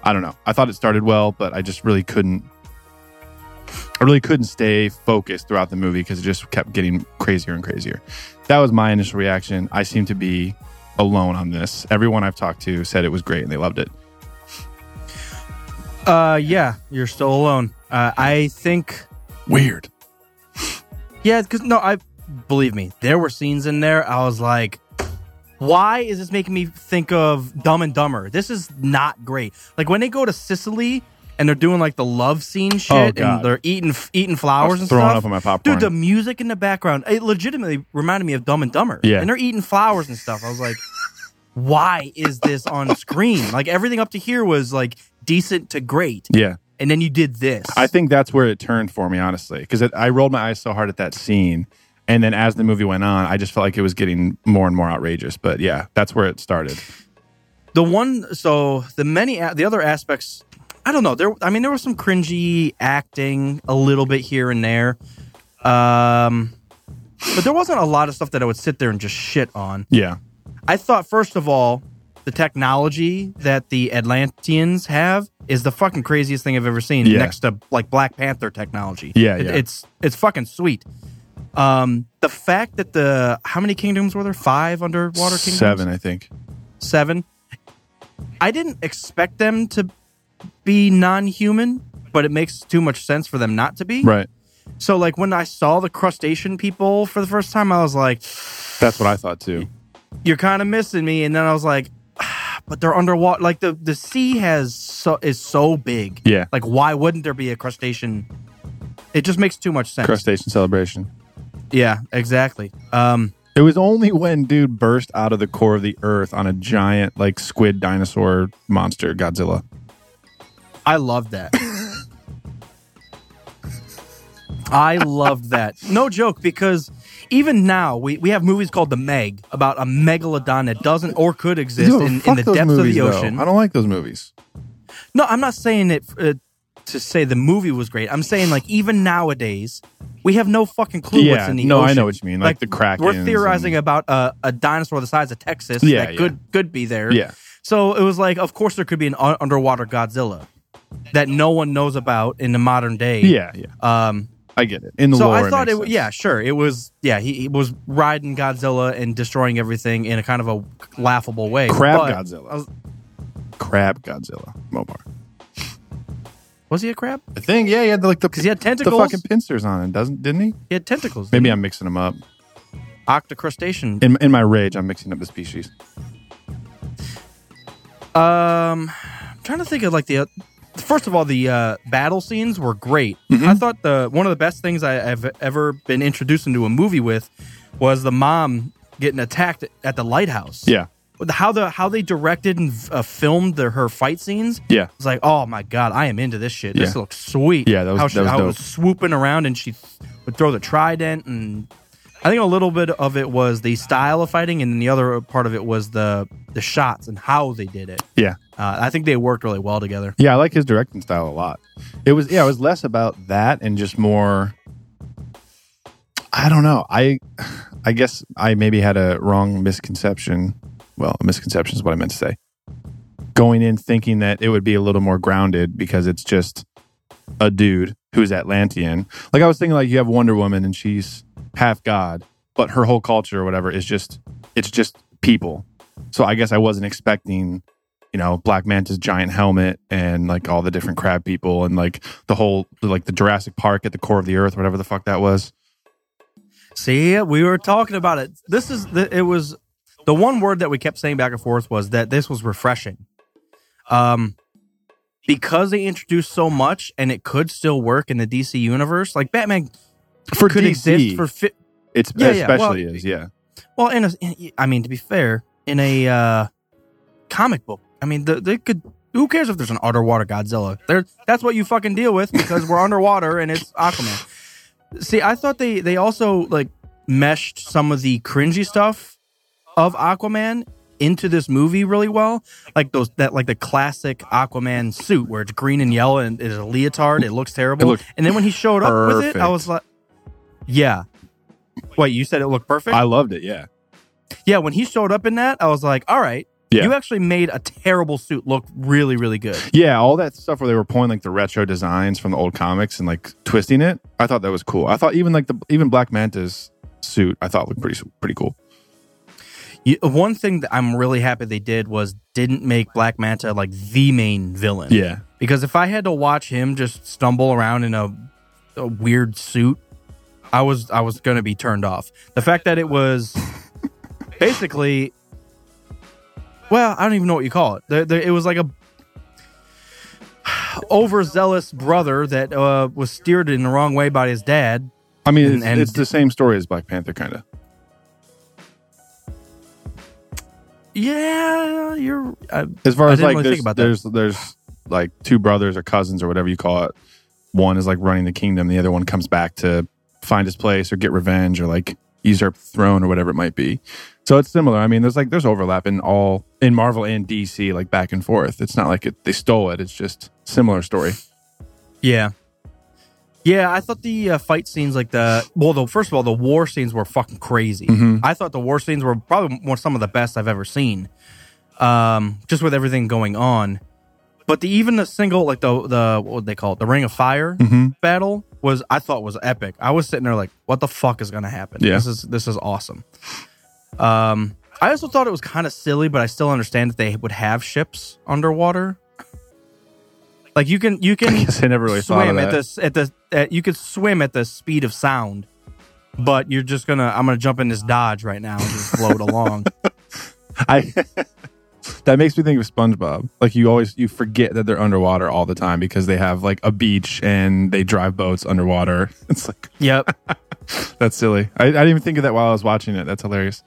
Speaker 4: I don't know. I thought it started well, but I just really couldn't. I really couldn't stay focused throughout the movie because it just kept getting crazier and crazier. That was my initial reaction. I seem to be alone on this. Everyone I've talked to said it was great and they loved it.
Speaker 3: Uh, yeah, you're still alone. Uh, I think
Speaker 4: Weird.
Speaker 3: Yeah, because no, I believe me, there were scenes in there. I was like, why is this making me think of Dumb and Dumber? This is not great. Like when they go to Sicily and they're doing like the love scene shit,
Speaker 4: Oh, God.
Speaker 3: and they're eating eating flowers and
Speaker 4: throwing
Speaker 3: stuff.
Speaker 4: up on my popcorn.
Speaker 3: Dude, the music in the background it legitimately reminded me of Dumb and Dumber.
Speaker 4: Yeah.
Speaker 3: and they're eating flowers and stuff. I was like, why is this on screen? Like everything up to here was like decent to great,
Speaker 4: Yeah.
Speaker 3: and then you did this.
Speaker 4: I think that's where it turned for me, honestly, because I rolled my eyes so hard at that scene, and then as the movie went on, I just felt like it was getting more and more outrageous. But yeah, that's where it started.
Speaker 3: the one so the many a- the other aspects i don't know there i mean there was some cringy acting a little bit here and there um but there wasn't a lot of stuff that i would sit there and just shit on
Speaker 4: Yeah,
Speaker 3: i thought first of all the technology that the atlanteans have is the fucking craziest thing i've ever seen
Speaker 4: Yeah.
Speaker 3: next to like black panther technology
Speaker 4: Yeah,
Speaker 3: It-
Speaker 4: yeah.
Speaker 3: it's it's fucking sweet um the fact that the how many kingdoms were there five underwater kingdoms
Speaker 4: seven, I think.
Speaker 3: seven. I didn't expect them to be non-human, but it makes too much sense for them not to be.
Speaker 4: Right,
Speaker 3: So, like when I saw the crustacean people for the first time, I was like,
Speaker 4: that's what I thought too.
Speaker 3: "You're kind of missing me." And then I was like, ah, "But they're underwater. Like the the sea has so is so big.
Speaker 4: Yeah.
Speaker 3: Like why wouldn't there be a crustacean? It just makes too much sense.
Speaker 4: Crustacean celebration.
Speaker 3: yeah, exactly. Um,
Speaker 4: It was only when dude burst out of the core of the earth on a giant like squid dinosaur monster Godzilla.
Speaker 3: I loved that. I loved that. No joke, because even now we, we have movies called The Meg about a megalodon that doesn't or could exist
Speaker 4: Yo,
Speaker 3: in, in
Speaker 4: fuck
Speaker 3: the
Speaker 4: those
Speaker 3: depths of
Speaker 4: movies,
Speaker 3: the
Speaker 4: though.
Speaker 3: ocean.
Speaker 4: I don't like those movies.
Speaker 3: No, I'm not saying it uh, to say the movie was great. I'm saying like even nowadays, we have no fucking clue what's
Speaker 4: Yeah,
Speaker 3: in the
Speaker 4: no, I
Speaker 3: ocean.
Speaker 4: know what you mean, like the Krakens
Speaker 3: We're theorizing
Speaker 4: and-
Speaker 3: about a, a dinosaur the size of Texas
Speaker 4: Yeah,
Speaker 3: that
Speaker 4: yeah.
Speaker 3: could could be there.
Speaker 4: Yeah.
Speaker 3: So it was like, of course, there could be an un- underwater Godzilla that no one knows about in the modern day.
Speaker 4: Yeah, yeah.
Speaker 3: Um.
Speaker 4: I get it. In the
Speaker 3: so
Speaker 4: lore,
Speaker 3: I thought
Speaker 4: makes
Speaker 3: it. w
Speaker 4: sense.
Speaker 3: Yeah, sure. It was. Yeah, he, he was riding Godzilla and destroying everything in a kind of a laughable way.
Speaker 4: Crab
Speaker 3: But-
Speaker 4: Godzilla.
Speaker 3: I was-
Speaker 4: Crab Godzilla. Mopar.
Speaker 3: was he a crab?
Speaker 4: I think, yeah, he had the, like the
Speaker 3: 'Cause he had
Speaker 4: The
Speaker 3: tentacles.
Speaker 4: fucking pincers on it, doesn't didn't he?
Speaker 3: He had tentacles.
Speaker 4: Maybe I'm mixing them up.
Speaker 3: octocrustacean.
Speaker 4: In in my rage, I'm mixing up the species.
Speaker 3: Um, I'm trying to think of like the uh, first of all the uh, battle scenes were great.
Speaker 4: Mm-hmm.
Speaker 3: I thought the one of the best things I have ever been introduced into a movie with was the mom getting attacked at the lighthouse.
Speaker 4: Yeah.
Speaker 3: how the how they directed and uh, filmed the, her fight scenes.
Speaker 4: Yeah.
Speaker 3: It's like, oh my god, I am into this shit. This
Speaker 4: Yeah.
Speaker 3: looks sweet.
Speaker 4: Yeah, that was-
Speaker 3: how she
Speaker 4: that was
Speaker 3: how
Speaker 4: dope.
Speaker 3: it was swooping around and she th- would throw the trident and I think a little bit of it was the style of fighting and then the other part of it was the the shots and how they did it.
Speaker 4: Yeah.
Speaker 3: Uh, I think they worked really well together.
Speaker 4: Yeah, I like his directing style a lot. It was yeah, it was less about that and just more I don't know. I I guess I maybe had a wrong misconception. Well, a misconception is what I meant to say. Going in thinking that it would be a little more grounded because it's just a dude who's Atlantean. Like I was thinking like you have Wonder Woman and she's half god, but her whole culture or whatever is just it's just people. So I guess I wasn't expecting you know, Black Manta's giant helmet and like all the different crab people and like the whole like the Jurassic Park at the core of the earth, whatever the fuck that was.
Speaker 3: See, we were talking about it. This is the, it was the one word that we kept saying back and forth was that this was refreshing. Um because they introduced so much and it could still work in the DC universe, like Batman
Speaker 4: For
Speaker 3: could
Speaker 4: DC,
Speaker 3: exist for fi-
Speaker 4: it's
Speaker 3: Yeah, yeah,
Speaker 4: especially
Speaker 3: well-
Speaker 4: is, yeah.
Speaker 3: well in a in- I mean to be fair, in a uh comic book. I mean, the, they could who cares if there's an underwater Godzilla? There that's what you fucking deal with because we're underwater and it's Aquaman. See, I thought they they also like meshed some of the cringy stuff of Aquaman into this movie really well. Like those that like the classic Aquaman suit where it's green and yellow and it is a leotard. It looks terrible.
Speaker 4: It looked
Speaker 3: and then when he showed up with it, I
Speaker 4: perfect.
Speaker 3: was like, yeah. Wait, you said it looked perfect?
Speaker 4: I loved it, yeah.
Speaker 3: yeah, when he showed up in that, I was like, all right,
Speaker 4: Yeah.
Speaker 3: you actually made a terrible suit look really, really good.
Speaker 4: Yeah, all that stuff where they were pulling like the retro designs from the old comics and like twisting it. I thought that was cool. I thought even like the even Black Manta's suit I thought looked pretty pretty cool.
Speaker 3: You, one thing that I'm really happy they did was didn't make Black Manta like the main villain.
Speaker 4: Yeah.
Speaker 3: Because if I had to watch him just stumble around in a, a weird suit, I was I was gonna be turned off. The fact that it was basically, well, I don't even know what you call it. The, the, it was like a overzealous brother that uh, was steered in the wrong way by his dad.
Speaker 4: I mean,
Speaker 3: And-
Speaker 4: it's,
Speaker 3: and-
Speaker 4: it's the same story as Black Panther kind of.
Speaker 3: Yeah, Uh, you're. I,
Speaker 4: As far
Speaker 3: I
Speaker 4: as
Speaker 3: didn't
Speaker 4: like,
Speaker 3: really
Speaker 4: there's,
Speaker 3: think about that.
Speaker 4: there's there's like two brothers or cousins or whatever you call it. One is like running the kingdom. The other one comes back to find his place or get revenge or like usurp the throne or whatever it might be. So it's similar. I mean, there's like there's overlap in all in Marvel and DC, like back and forth. It's not like it, they stole it. It's just similar story.
Speaker 3: Yeah. Yeah, I thought the uh, fight scenes, like the well, the first of all, the war scenes were fucking crazy. I thought the war scenes were probably one, some of the best I've ever seen, um, just with everything going on. But the even the single, like the the what would they call it, the Ring of Fire battle was, I thought was epic. I was sitting there like, what the fuck is gonna happen?
Speaker 4: Yeah.
Speaker 3: This is this is awesome. Um, I also thought it was kind of silly, but I still understand that they would have ships underwater. Like you can you can
Speaker 4: I guess I never really thought of
Speaker 3: swim at
Speaker 4: that.
Speaker 3: this at the at, you could swim at the speed of sound, but you're just gonna I'm gonna jump in this Dodge right now and just float along.
Speaker 4: I that makes me think of SpongeBob. Like you always you forget that they're underwater all the time because they have like a beach and they drive boats underwater. It's like
Speaker 3: Yep.
Speaker 4: That's silly. I, I didn't even think of that while I was watching it. That's hilarious.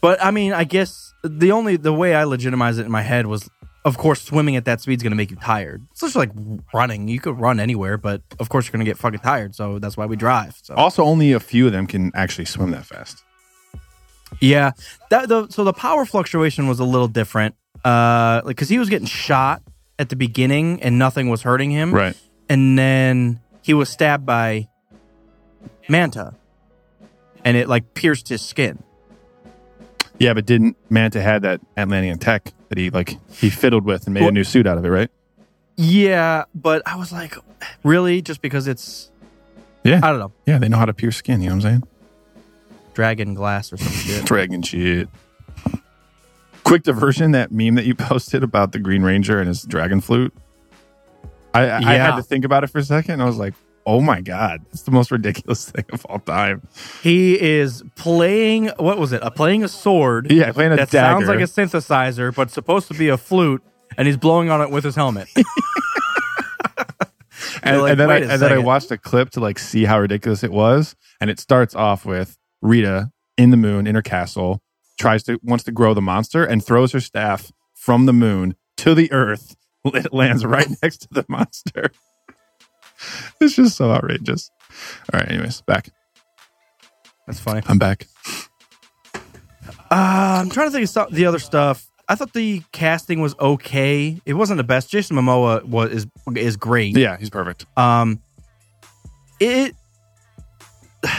Speaker 3: But I mean, I guess the only the way I legitimize it in my head was, of course, swimming at that speed's gonna make you tired. It's just like running. You could run anywhere, but of course you're gonna get fucking tired. So that's why we drive. So
Speaker 4: Also, only a few of them can actually swim that fast.
Speaker 3: Yeah, that the so the power fluctuation was a little different. Uh, like because he was getting shot at the beginning and nothing was hurting him.
Speaker 4: Right.
Speaker 3: And then he was stabbed by Manta and it like pierced his skin.
Speaker 4: Yeah, but didn't Manta had that Atlantean tech that he like he fiddled with and made a
Speaker 3: Well-
Speaker 4: new suit out of it, right?
Speaker 3: Yeah, but I was like, really? Just because it's,
Speaker 4: Yeah.
Speaker 3: I don't know,
Speaker 4: yeah, they know how to pierce skin, you know what I'm saying?
Speaker 3: dragon glass or some shit.
Speaker 4: Dragon shit. Quick diversion, that meme that you posted about the Green Ranger and his dragon flute. I, I, I had
Speaker 3: Yeah.
Speaker 4: to think about it for a second. and I was like, oh my God, it's the most ridiculous thing of all time.
Speaker 3: He is playing, what was it? Uh, playing a sword.
Speaker 4: Yeah, playing a
Speaker 3: that
Speaker 4: dagger.
Speaker 3: sounds like a synthesizer, but supposed to be a flute, and he's blowing on it with his helmet.
Speaker 4: and,
Speaker 3: You're like,
Speaker 4: and then, I,
Speaker 3: "Wait a
Speaker 4: and then I
Speaker 3: second."
Speaker 4: watched a clip to like see how ridiculous it was. And it starts off with Rita in the moon in her castle, tries to wants to grow the monster and throws her staff from the moon to the earth. It lands right next to the monster. It's just so outrageous. All right, anyways, back.
Speaker 3: That's funny.
Speaker 4: I'm back.
Speaker 3: Uh, I'm trying to think of some, the other stuff. I thought the casting was okay. It wasn't the best. Jason Momoa was is is great.
Speaker 4: Yeah, he's perfect.
Speaker 3: Um, it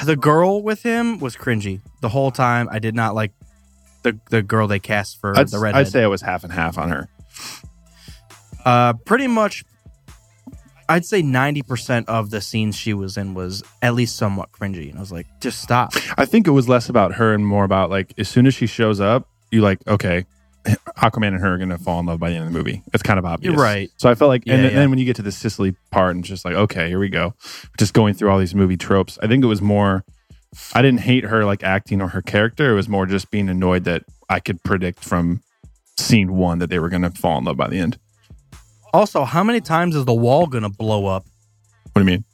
Speaker 3: the girl with him was cringy the whole time. I did not like the the girl they cast for
Speaker 4: I'd,
Speaker 3: the
Speaker 4: I'd
Speaker 3: redhead.
Speaker 4: say I was half and half on her.
Speaker 3: uh, pretty much, I'd say ninety percent of the scenes she was in was at least somewhat cringy, and I was like, just stop.
Speaker 4: I think it was less about her and more about like as soon as she shows up, you like okay, Aquaman and her are gonna fall in love by the end of the movie. It's kind of obvious,
Speaker 3: You're right.
Speaker 4: So I felt like, and
Speaker 3: Yeah,
Speaker 4: then- then
Speaker 3: yeah.
Speaker 4: when you get to the Sicily part, and it's just like okay, here we go, just going through all these movie tropes. I think it was more. I didn't hate her like acting or her character. It was more just being annoyed that I could predict from scene one that they were gonna fall in love by the end.
Speaker 3: Also, how many times is the wall gonna blow up?
Speaker 4: What do you mean?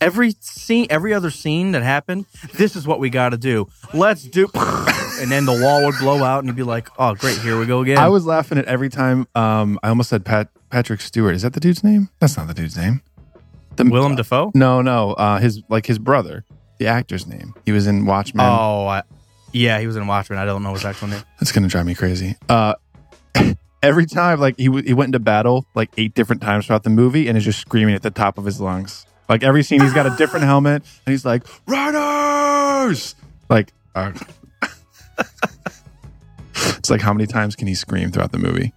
Speaker 3: Every scene, every other scene that happened, this is what we got to do. Let's do, and then the wall would blow out, and you'd be like, "Oh, great, here we go again."
Speaker 4: I was laughing at every time. Um, I almost said Pat Patrick Stewart. Is that the dude's name? That's not the dude's name. The
Speaker 3: Willem Dafoe.
Speaker 4: No, no. Uh, his like his brother, the actor's name. He was in Watchmen.
Speaker 3: Oh, I, yeah, he was in Watchmen. I don't know his actual name.
Speaker 4: That's gonna drive me crazy. Uh, every time, like he w- he went into battle like eight different times throughout the movie, and is just screaming at the top of his lungs. Like every scene, he's got a different helmet, and he's like, "Riders!" Like, uh, it's like how many times can he scream throughout the movie?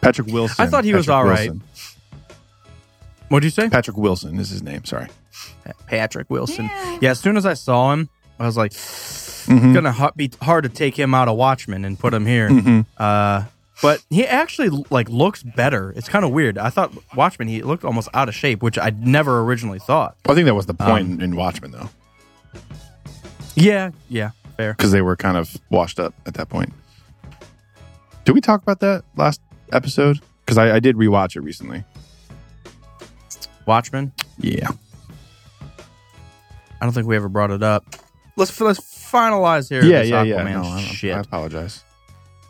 Speaker 4: Patrick Wilson.
Speaker 3: I thought he was
Speaker 4: Patrick
Speaker 3: all right.
Speaker 4: Wilson.
Speaker 3: What did you say?
Speaker 4: Patrick Wilson is his name. Sorry.
Speaker 3: Patrick Wilson. Yeah. as soon as I saw him, I was like,
Speaker 4: Mhm.
Speaker 3: gonna ha- be hard to take him out of Watchmen and put him here.
Speaker 4: Mhm.
Speaker 3: Uh, but he actually like looks better. It's kind of weird. I thought Watchmen he looked almost out of shape, which I never originally thought.
Speaker 4: I think that was the
Speaker 3: Um,
Speaker 4: point in Watchmen, though.
Speaker 3: Yeah, yeah, fair.
Speaker 4: because they were kind of washed up at that point. Did we talk about that last episode? Because I, I did rewatch it recently.
Speaker 3: Watchmen.
Speaker 4: Yeah.
Speaker 3: I don't think we ever brought it up. Let's let's finalize here.
Speaker 4: yeah,
Speaker 3: this
Speaker 4: yeah,
Speaker 3: Aquaman
Speaker 4: yeah. No, I,
Speaker 3: shit.
Speaker 4: I apologize.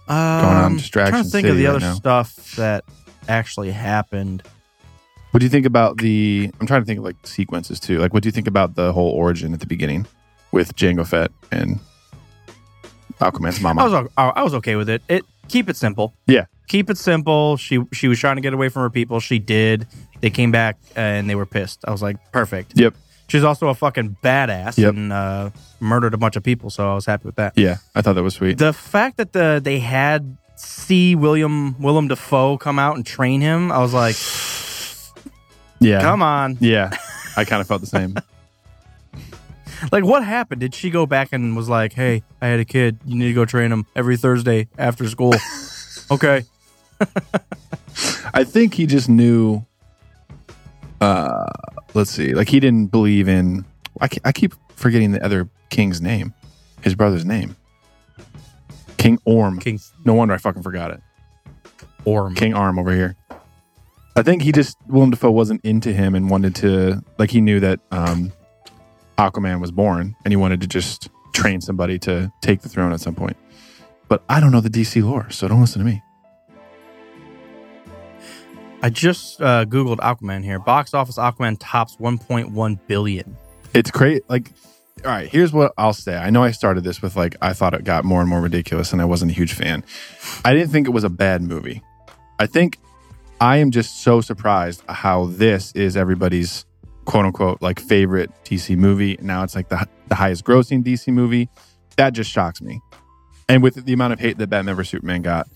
Speaker 3: Um,
Speaker 4: on
Speaker 3: trying
Speaker 4: Distraction
Speaker 3: to think of
Speaker 4: City
Speaker 3: the
Speaker 4: right
Speaker 3: other
Speaker 4: now.
Speaker 3: stuff that actually happened.
Speaker 4: What do you think about the? I'm trying to think of like sequences too. Like, what do you think about the whole origin at the beginning with Django Fett and Aquaman's mama?
Speaker 3: I was o- I was okay with it. It keep it simple.
Speaker 4: Yeah.
Speaker 3: keep it simple. She she was trying to get away from her people. She did. They came back uh, and they were pissed. I was like, perfect.
Speaker 4: yep.
Speaker 3: She's also a fucking badass
Speaker 4: Yep.
Speaker 3: and uh, murdered a bunch of people. So I was happy with that.
Speaker 4: Yeah, I thought that was sweet.
Speaker 3: The fact that the they had C William Willem Dafoe come out and train him, I was like,
Speaker 4: yeah.
Speaker 3: come on.
Speaker 4: Yeah. I kind of felt the same.
Speaker 3: Like, what happened? Did she go back and was like, hey, I had a kid. You need to go train him every Thursday after school? okay.
Speaker 4: I think he just knew. Uh, let's see. Like he didn't believe in. I, ke- I keep forgetting the other king's name, his brother's name. King Orm.
Speaker 3: King
Speaker 4: No wonder I fucking forgot it.
Speaker 3: Orm.
Speaker 4: King Arm over here. I think he just Willem Dafoe wasn't into him and wanted to like he knew that um, Aquaman was born and he wanted to just train somebody to take the throne at some point. But I don't know the DC lore, so don't listen to me.
Speaker 3: I just uh, Googled Aquaman here. Box office Aquaman tops 1.1 billion.
Speaker 4: it's crazy. Like, all right, here's what I'll say. I know I started this with like I thought it got more and more ridiculous, and I wasn't a huge fan. I didn't think it was a bad movie. I think I am just so surprised how this is everybody's quote unquote like favorite DC movie. Now it's like the, the highest grossing DC movie. That just shocks me. And with the amount of hate that Batman vs Superman got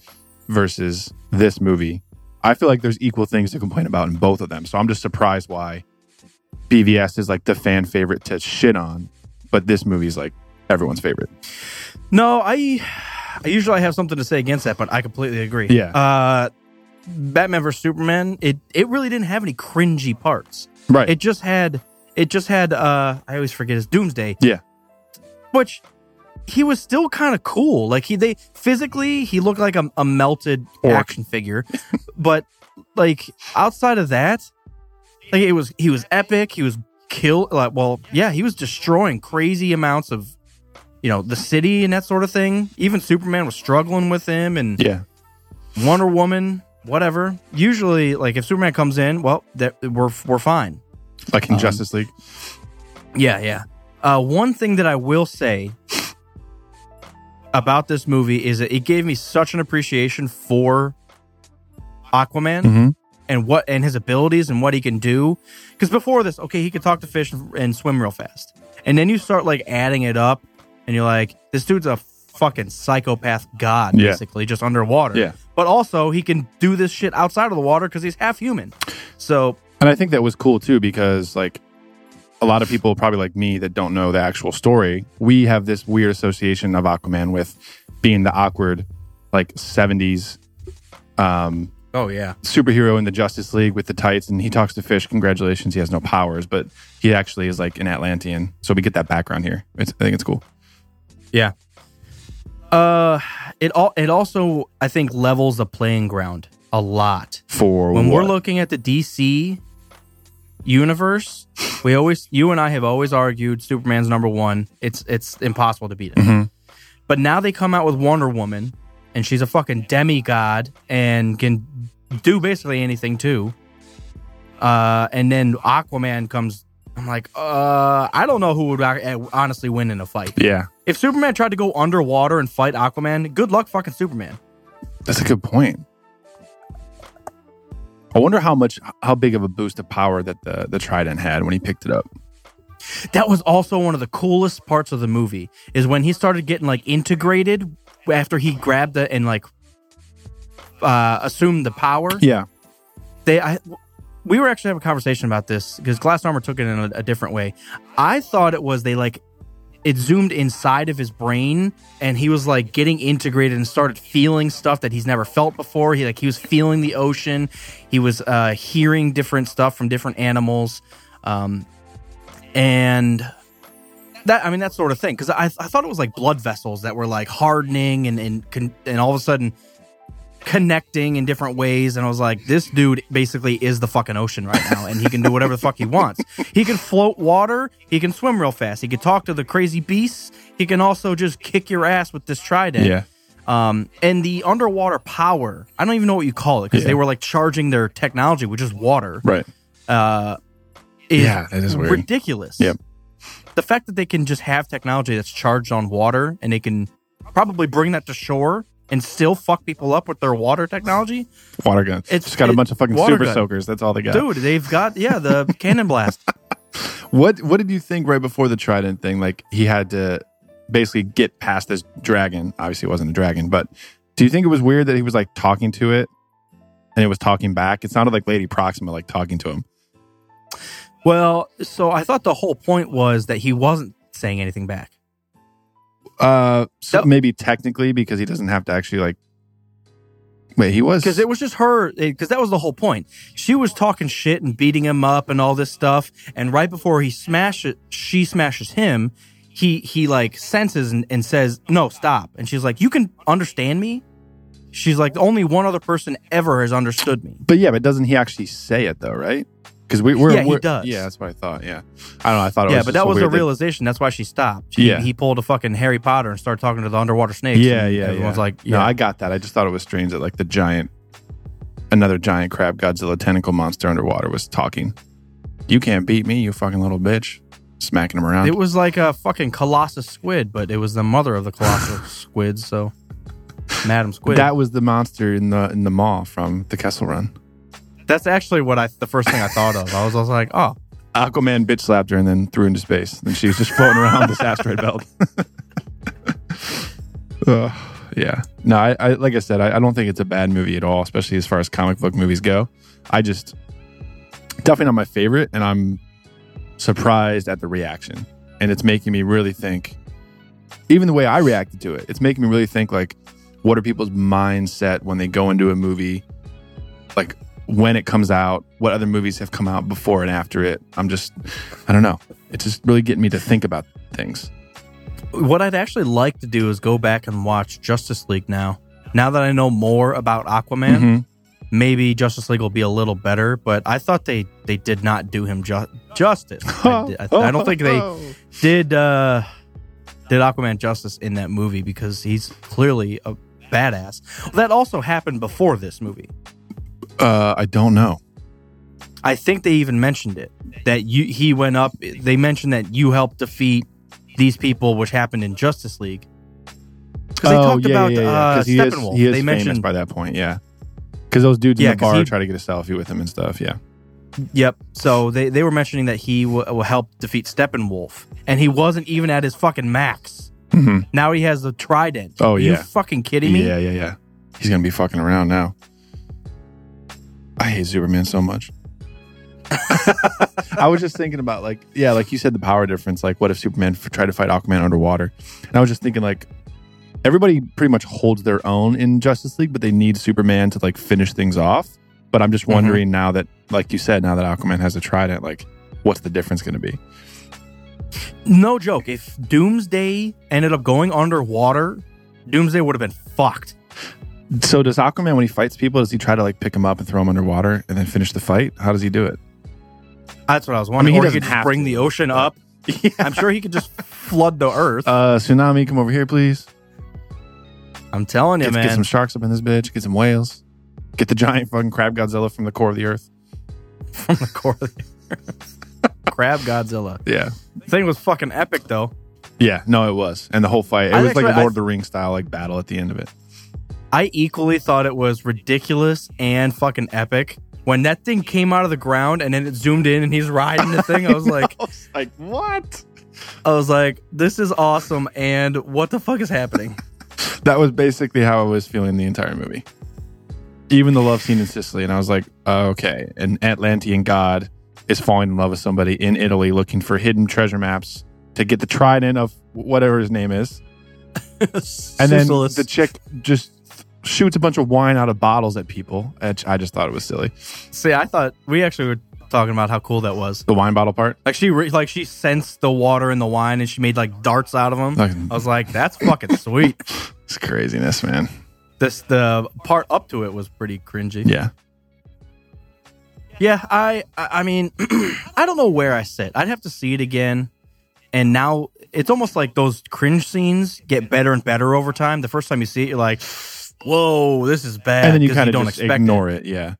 Speaker 4: versus this movie, I feel like there's equal things to complain about in both of them. So I'm just surprised why BVS is like the fan favorite to shit on, but this movie's like everyone's favorite.
Speaker 3: No, I I usually have something to say against that, but I completely agree.
Speaker 4: Yeah.
Speaker 3: Uh, Batman vs Superman, it it really didn't have any cringy parts.
Speaker 4: Right.
Speaker 3: It just had it just had uh I always forget his Doomsday,
Speaker 4: yeah.
Speaker 3: which he was still kind of cool. Like he they physically he looked like a, a melted
Speaker 4: Orc.
Speaker 3: action figure, but like outside of that, like it was he was epic. He was kill like well yeah he was destroying crazy amounts of you know the city and that sort of thing. Even Superman was struggling with him and
Speaker 4: Yeah.
Speaker 3: Wonder Woman, whatever. Usually, like if Superman comes in, well, that we're we're fine.
Speaker 4: Like
Speaker 3: Um,
Speaker 4: in Justice League.
Speaker 3: Yeah, yeah. Uh, one thing that I will say about this movie is that it gave me such an appreciation for Aquaman
Speaker 4: Mhm.
Speaker 3: and what and his abilities and what he can do. Because before this, okay, he could talk to fish and swim real fast, and then you start like adding it up, and you're like, this dude's a fucking psychopath god,
Speaker 4: Yeah.
Speaker 3: basically, just underwater.
Speaker 4: Yeah.
Speaker 3: But also, he can do this shit outside of the water because he's half human. So
Speaker 4: And I think that was cool too because like a lot of people probably like me that don't know the actual story, we have this weird association of Aquaman with being the awkward like 70s um
Speaker 3: Oh yeah.
Speaker 4: superhero in the Justice League with the tights and he talks to fish. Congratulations, he has no powers, but he actually is like an Atlantean. So we get that background here. It's, I think it's cool.
Speaker 3: Yeah. Uh it all it also I think levels the playing ground a lot.
Speaker 4: For
Speaker 3: When we're
Speaker 4: what?
Speaker 3: looking at the DC universe, we always you and I have always argued Superman's number 1. It's it's impossible to beat him.
Speaker 4: Mm-hmm.
Speaker 3: But now they come out with Wonder Woman and she's a fucking demigod and can do basically anything too. Uh and then Aquaman comes I'm like, uh, I don't know who would ac- honestly win in a fight.
Speaker 4: yeah,
Speaker 3: If Superman tried to go underwater and fight Aquaman, good luck fucking Superman.
Speaker 4: that's a good point. I wonder how much, how big of a boost of power that the the trident had when he picked it up.
Speaker 3: That was also one of the coolest parts of the movie is when he started getting like integrated after he grabbed it and like uh assumed the power.
Speaker 4: Yeah,
Speaker 3: They I we were actually having a conversation about this because Glass Armor took it in a, a different way. I thought it was they like it zoomed inside of his brain and he was like getting integrated and started feeling stuff that he's never felt before he like he was feeling the ocean he was uh hearing different stuff from different animals um and that i mean that sort of thing because I, I thought it was like blood vessels that were like hardening and and con- and all of a sudden connecting in different ways and i was like this dude basically is the fucking ocean right now and he can do whatever the fuck he wants he can float water he can swim real fast he can talk to the crazy beasts he can also just kick your ass with this trident
Speaker 4: yeah.
Speaker 3: um, and the underwater power i don't even know what you call it because
Speaker 4: Yeah.
Speaker 3: they were like charging their technology which is water
Speaker 4: Right.
Speaker 3: uh, is
Speaker 4: Yeah, that is weird.
Speaker 3: ridiculous.
Speaker 4: Yep.
Speaker 3: The fact that they can just have technology that's charged on water and they can probably bring that to shore and still fuck people up with their water technology.
Speaker 4: Water guns.
Speaker 3: It's-
Speaker 4: It's just got a
Speaker 3: it-
Speaker 4: bunch of fucking
Speaker 3: water
Speaker 4: super
Speaker 3: gun.
Speaker 4: soakers. That's all they got.
Speaker 3: Dude, they've got, yeah, the cannon blast.
Speaker 4: What What did you think right before the trident thing? Like he had to basically get past this dragon. Obviously, it wasn't a dragon, but do you think it was weird that he was like talking to it and it was talking back? It sounded like Lady Proxima like talking to him.
Speaker 3: Well, so I thought the whole point was that he wasn't saying anything back.
Speaker 4: Uh, so
Speaker 3: Yep.
Speaker 4: maybe technically because he doesn't have to actually like. Wait, he was
Speaker 3: because it was just her because that was the whole point she was talking shit and beating him up and all this stuff and right before he smashes she smashes him he he like senses and, and says no stop and she's like you can understand me she's like only one other person ever has understood me
Speaker 4: But yeah, but doesn't he actually say it though? Right? Because we, we're
Speaker 3: Yeah, he
Speaker 4: we're-
Speaker 3: does.
Speaker 4: Yeah, that's what I thought. Yeah, I don't know. I thought it
Speaker 3: yeah
Speaker 4: was
Speaker 3: but
Speaker 4: just
Speaker 3: that
Speaker 4: a
Speaker 3: was the
Speaker 4: weird thing.
Speaker 3: realization that's why she stopped He-
Speaker 4: Yeah.
Speaker 3: he, pulled a fucking harry potter and started talking to the underwater snakes
Speaker 4: Yeah,
Speaker 3: and
Speaker 4: yeah.
Speaker 3: everyone's
Speaker 4: yeah.
Speaker 3: like
Speaker 4: no,
Speaker 3: yeah
Speaker 4: I got that. I just thought it was strange that like the giant, another giant crab Godzilla tentacle monster underwater was talking. You can't beat me, you fucking little bitch. Smacking him around.
Speaker 3: it was like a fucking colossus squid but it was the mother of the colossal squid so Madam Squid.
Speaker 4: That was the monster in the in the mall from the Kessel Run.
Speaker 3: That's actually what I the first thing I thought of. I was, I was like, oh,
Speaker 4: Aquaman bitch slapped her and then threw into space. Then she was just floating around this asteroid belt. Ugh, yeah. No, I, I like I said, I, I don't think it's a bad movie at all, especially as far as comic book movies go. I just definitely not my favorite, and I'm surprised at the reaction. And it's making me really think, even the way I reacted to it, it's making me really think like, what are people's mindset when they go into a movie? Like when it comes out, what other movies have come out before and after it? I'm just, I don't know. It's just really getting me to think about things.
Speaker 3: what I'd actually like to do is go back and watch Justice League now. Now that I know more about Aquaman,
Speaker 4: Mhm.
Speaker 3: maybe Justice League will be a little better. But I thought they they did not do him ju- justice. I, di- I- I don't think they did uh, did Aquaman justice in that movie because he's clearly a badass. That also happened before this movie.
Speaker 4: Uh, I don't know.
Speaker 3: I think they even mentioned it that you he went up. They mentioned that you helped defeat these people, which happened in Justice League.
Speaker 4: Oh,
Speaker 3: Because they talked about Uh,
Speaker 4: 'Cause he is,
Speaker 3: Steppenwolf.
Speaker 4: he is
Speaker 3: they
Speaker 4: famous
Speaker 3: mentioned,
Speaker 4: by that point, yeah. Because those dudes
Speaker 3: Yeah,
Speaker 4: in the
Speaker 3: 'cause
Speaker 4: bar
Speaker 3: he-
Speaker 4: try to get a selfie with him and stuff, yeah.
Speaker 3: yep. So they, they were mentioning that he w- w- helped defeat Steppenwolf, and he wasn't even at his fucking max.
Speaker 4: Mhm.
Speaker 3: Now he has the trident.
Speaker 4: Oh,
Speaker 3: Are you
Speaker 4: yeah.
Speaker 3: fucking kidding me?
Speaker 4: Yeah, yeah, yeah. He's gonna be fucking around now. I hate Superman so much. I was just thinking about like, yeah, like you said, the power difference. Like, what if Superman f- tried to fight Aquaman underwater? And I was just thinking like, everybody pretty much holds their own in Justice League, but they need Superman to like finish things off. But I'm just wondering now that, like you said, now that Aquaman has a trident, like, what's the difference gonna be?
Speaker 3: No joke. If Doomsday ended up going underwater, Doomsday would have been fucked.
Speaker 4: So does Aquaman when he fights people? Does he try to like pick him up and throw him underwater and then finish the fight? How does he do it?
Speaker 3: That's what I was
Speaker 4: I mean,
Speaker 3: wondering.
Speaker 4: he
Speaker 3: or
Speaker 4: doesn't
Speaker 3: he could just
Speaker 4: have
Speaker 3: bring
Speaker 4: to,
Speaker 3: the ocean up. I'm sure he could just flood the earth.
Speaker 4: Uh, tsunami, come over here, please.
Speaker 3: I'm telling you,
Speaker 4: Get,
Speaker 3: man.
Speaker 4: get some sharks up in this bitch. Get some whales. Get the giant fucking crab Godzilla from the core of the earth.
Speaker 3: from the core of the Crab Godzilla.
Speaker 4: Yeah,
Speaker 3: Thing was fucking epic though.
Speaker 4: yeah. No, it was, and the whole fight. It
Speaker 3: I
Speaker 4: was like
Speaker 3: actually-
Speaker 4: a Lord
Speaker 3: I-
Speaker 4: of the Ring style like battle at the end of it.
Speaker 3: I equally thought it was ridiculous and fucking epic. When that thing came out of the ground and then it zoomed in and he's riding the thing, I was like,
Speaker 4: Like what?
Speaker 3: I was like, this is awesome. And what the fuck is happening?
Speaker 4: That was basically how I was feeling the entire movie. Even the love scene in Sicily, and I was like, uh, okay, an Atlantean god is falling in love with somebody in Italy, looking for hidden treasure maps to get the trident of whatever his name is. And then
Speaker 3: Sisyphus.
Speaker 4: the chick just shoots a bunch of wine out of bottles at people. And I just thought it was silly.
Speaker 3: see, I thought we actually were talking about how cool that was.
Speaker 4: The wine bottle part.
Speaker 3: Like she, re- like she sensed the water and the wine, and she made like darts out of them.
Speaker 4: Like-
Speaker 3: I was like, "That's fucking sweet."
Speaker 4: It's craziness, man.
Speaker 3: This the part up to it was pretty cringy.
Speaker 4: Yeah.
Speaker 3: Yeah, I I I mean, I don't know where I sit. I'd have to see it again. And now it's almost like those cringe scenes get better and better over time. The first time you see it, you're like, "Whoa, this is bad."
Speaker 4: and then you
Speaker 3: 'cause
Speaker 4: kind of
Speaker 3: don't
Speaker 4: just
Speaker 3: expect
Speaker 4: ignore it. Yeah.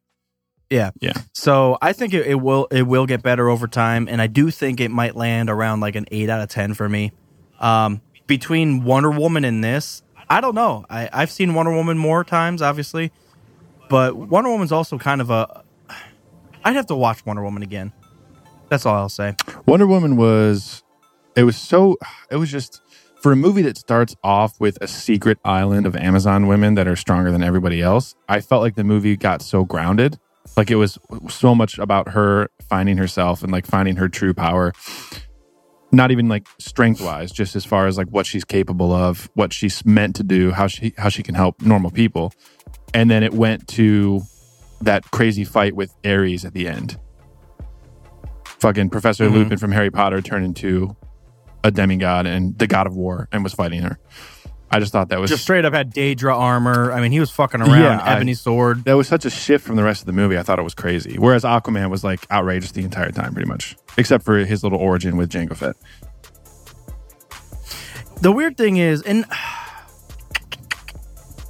Speaker 3: Yeah,
Speaker 4: Yeah.
Speaker 3: So I think it, it will it will get better over time, and I do think it might land around like an eight out of ten for me. Um, between Wonder Woman and this, I don't know. I, I've seen Wonder Woman more times, obviously, but Wonder Woman's also kind of a. I'd have to watch Wonder Woman again. That's all I'll say.
Speaker 4: Wonder Woman was, it was so, it was just, for a movie that starts off with a secret island of Amazon women that are stronger than everybody else, I felt like the movie got so grounded. Like it was so much about her finding herself and like finding her true power. Not even like strength wise, just as far as like what she's capable of, what she's meant to do, how she how she can help normal people. And then it went to that crazy fight with Ares at the end fucking Professor
Speaker 3: Mm-hmm.
Speaker 4: Lupin from Harry Potter turned into a demigod and the god of war and was fighting her. I just thought that was
Speaker 3: Just straight up had Daedra armor. I mean, he was fucking around.
Speaker 4: Yeah, I-
Speaker 3: Ebony sword.
Speaker 4: that was such a shift from the rest of the movie. I thought it was crazy. Whereas Aquaman was like outrageous the entire time, pretty much, except for his little origin with Jango Fett.
Speaker 3: The weird thing is, and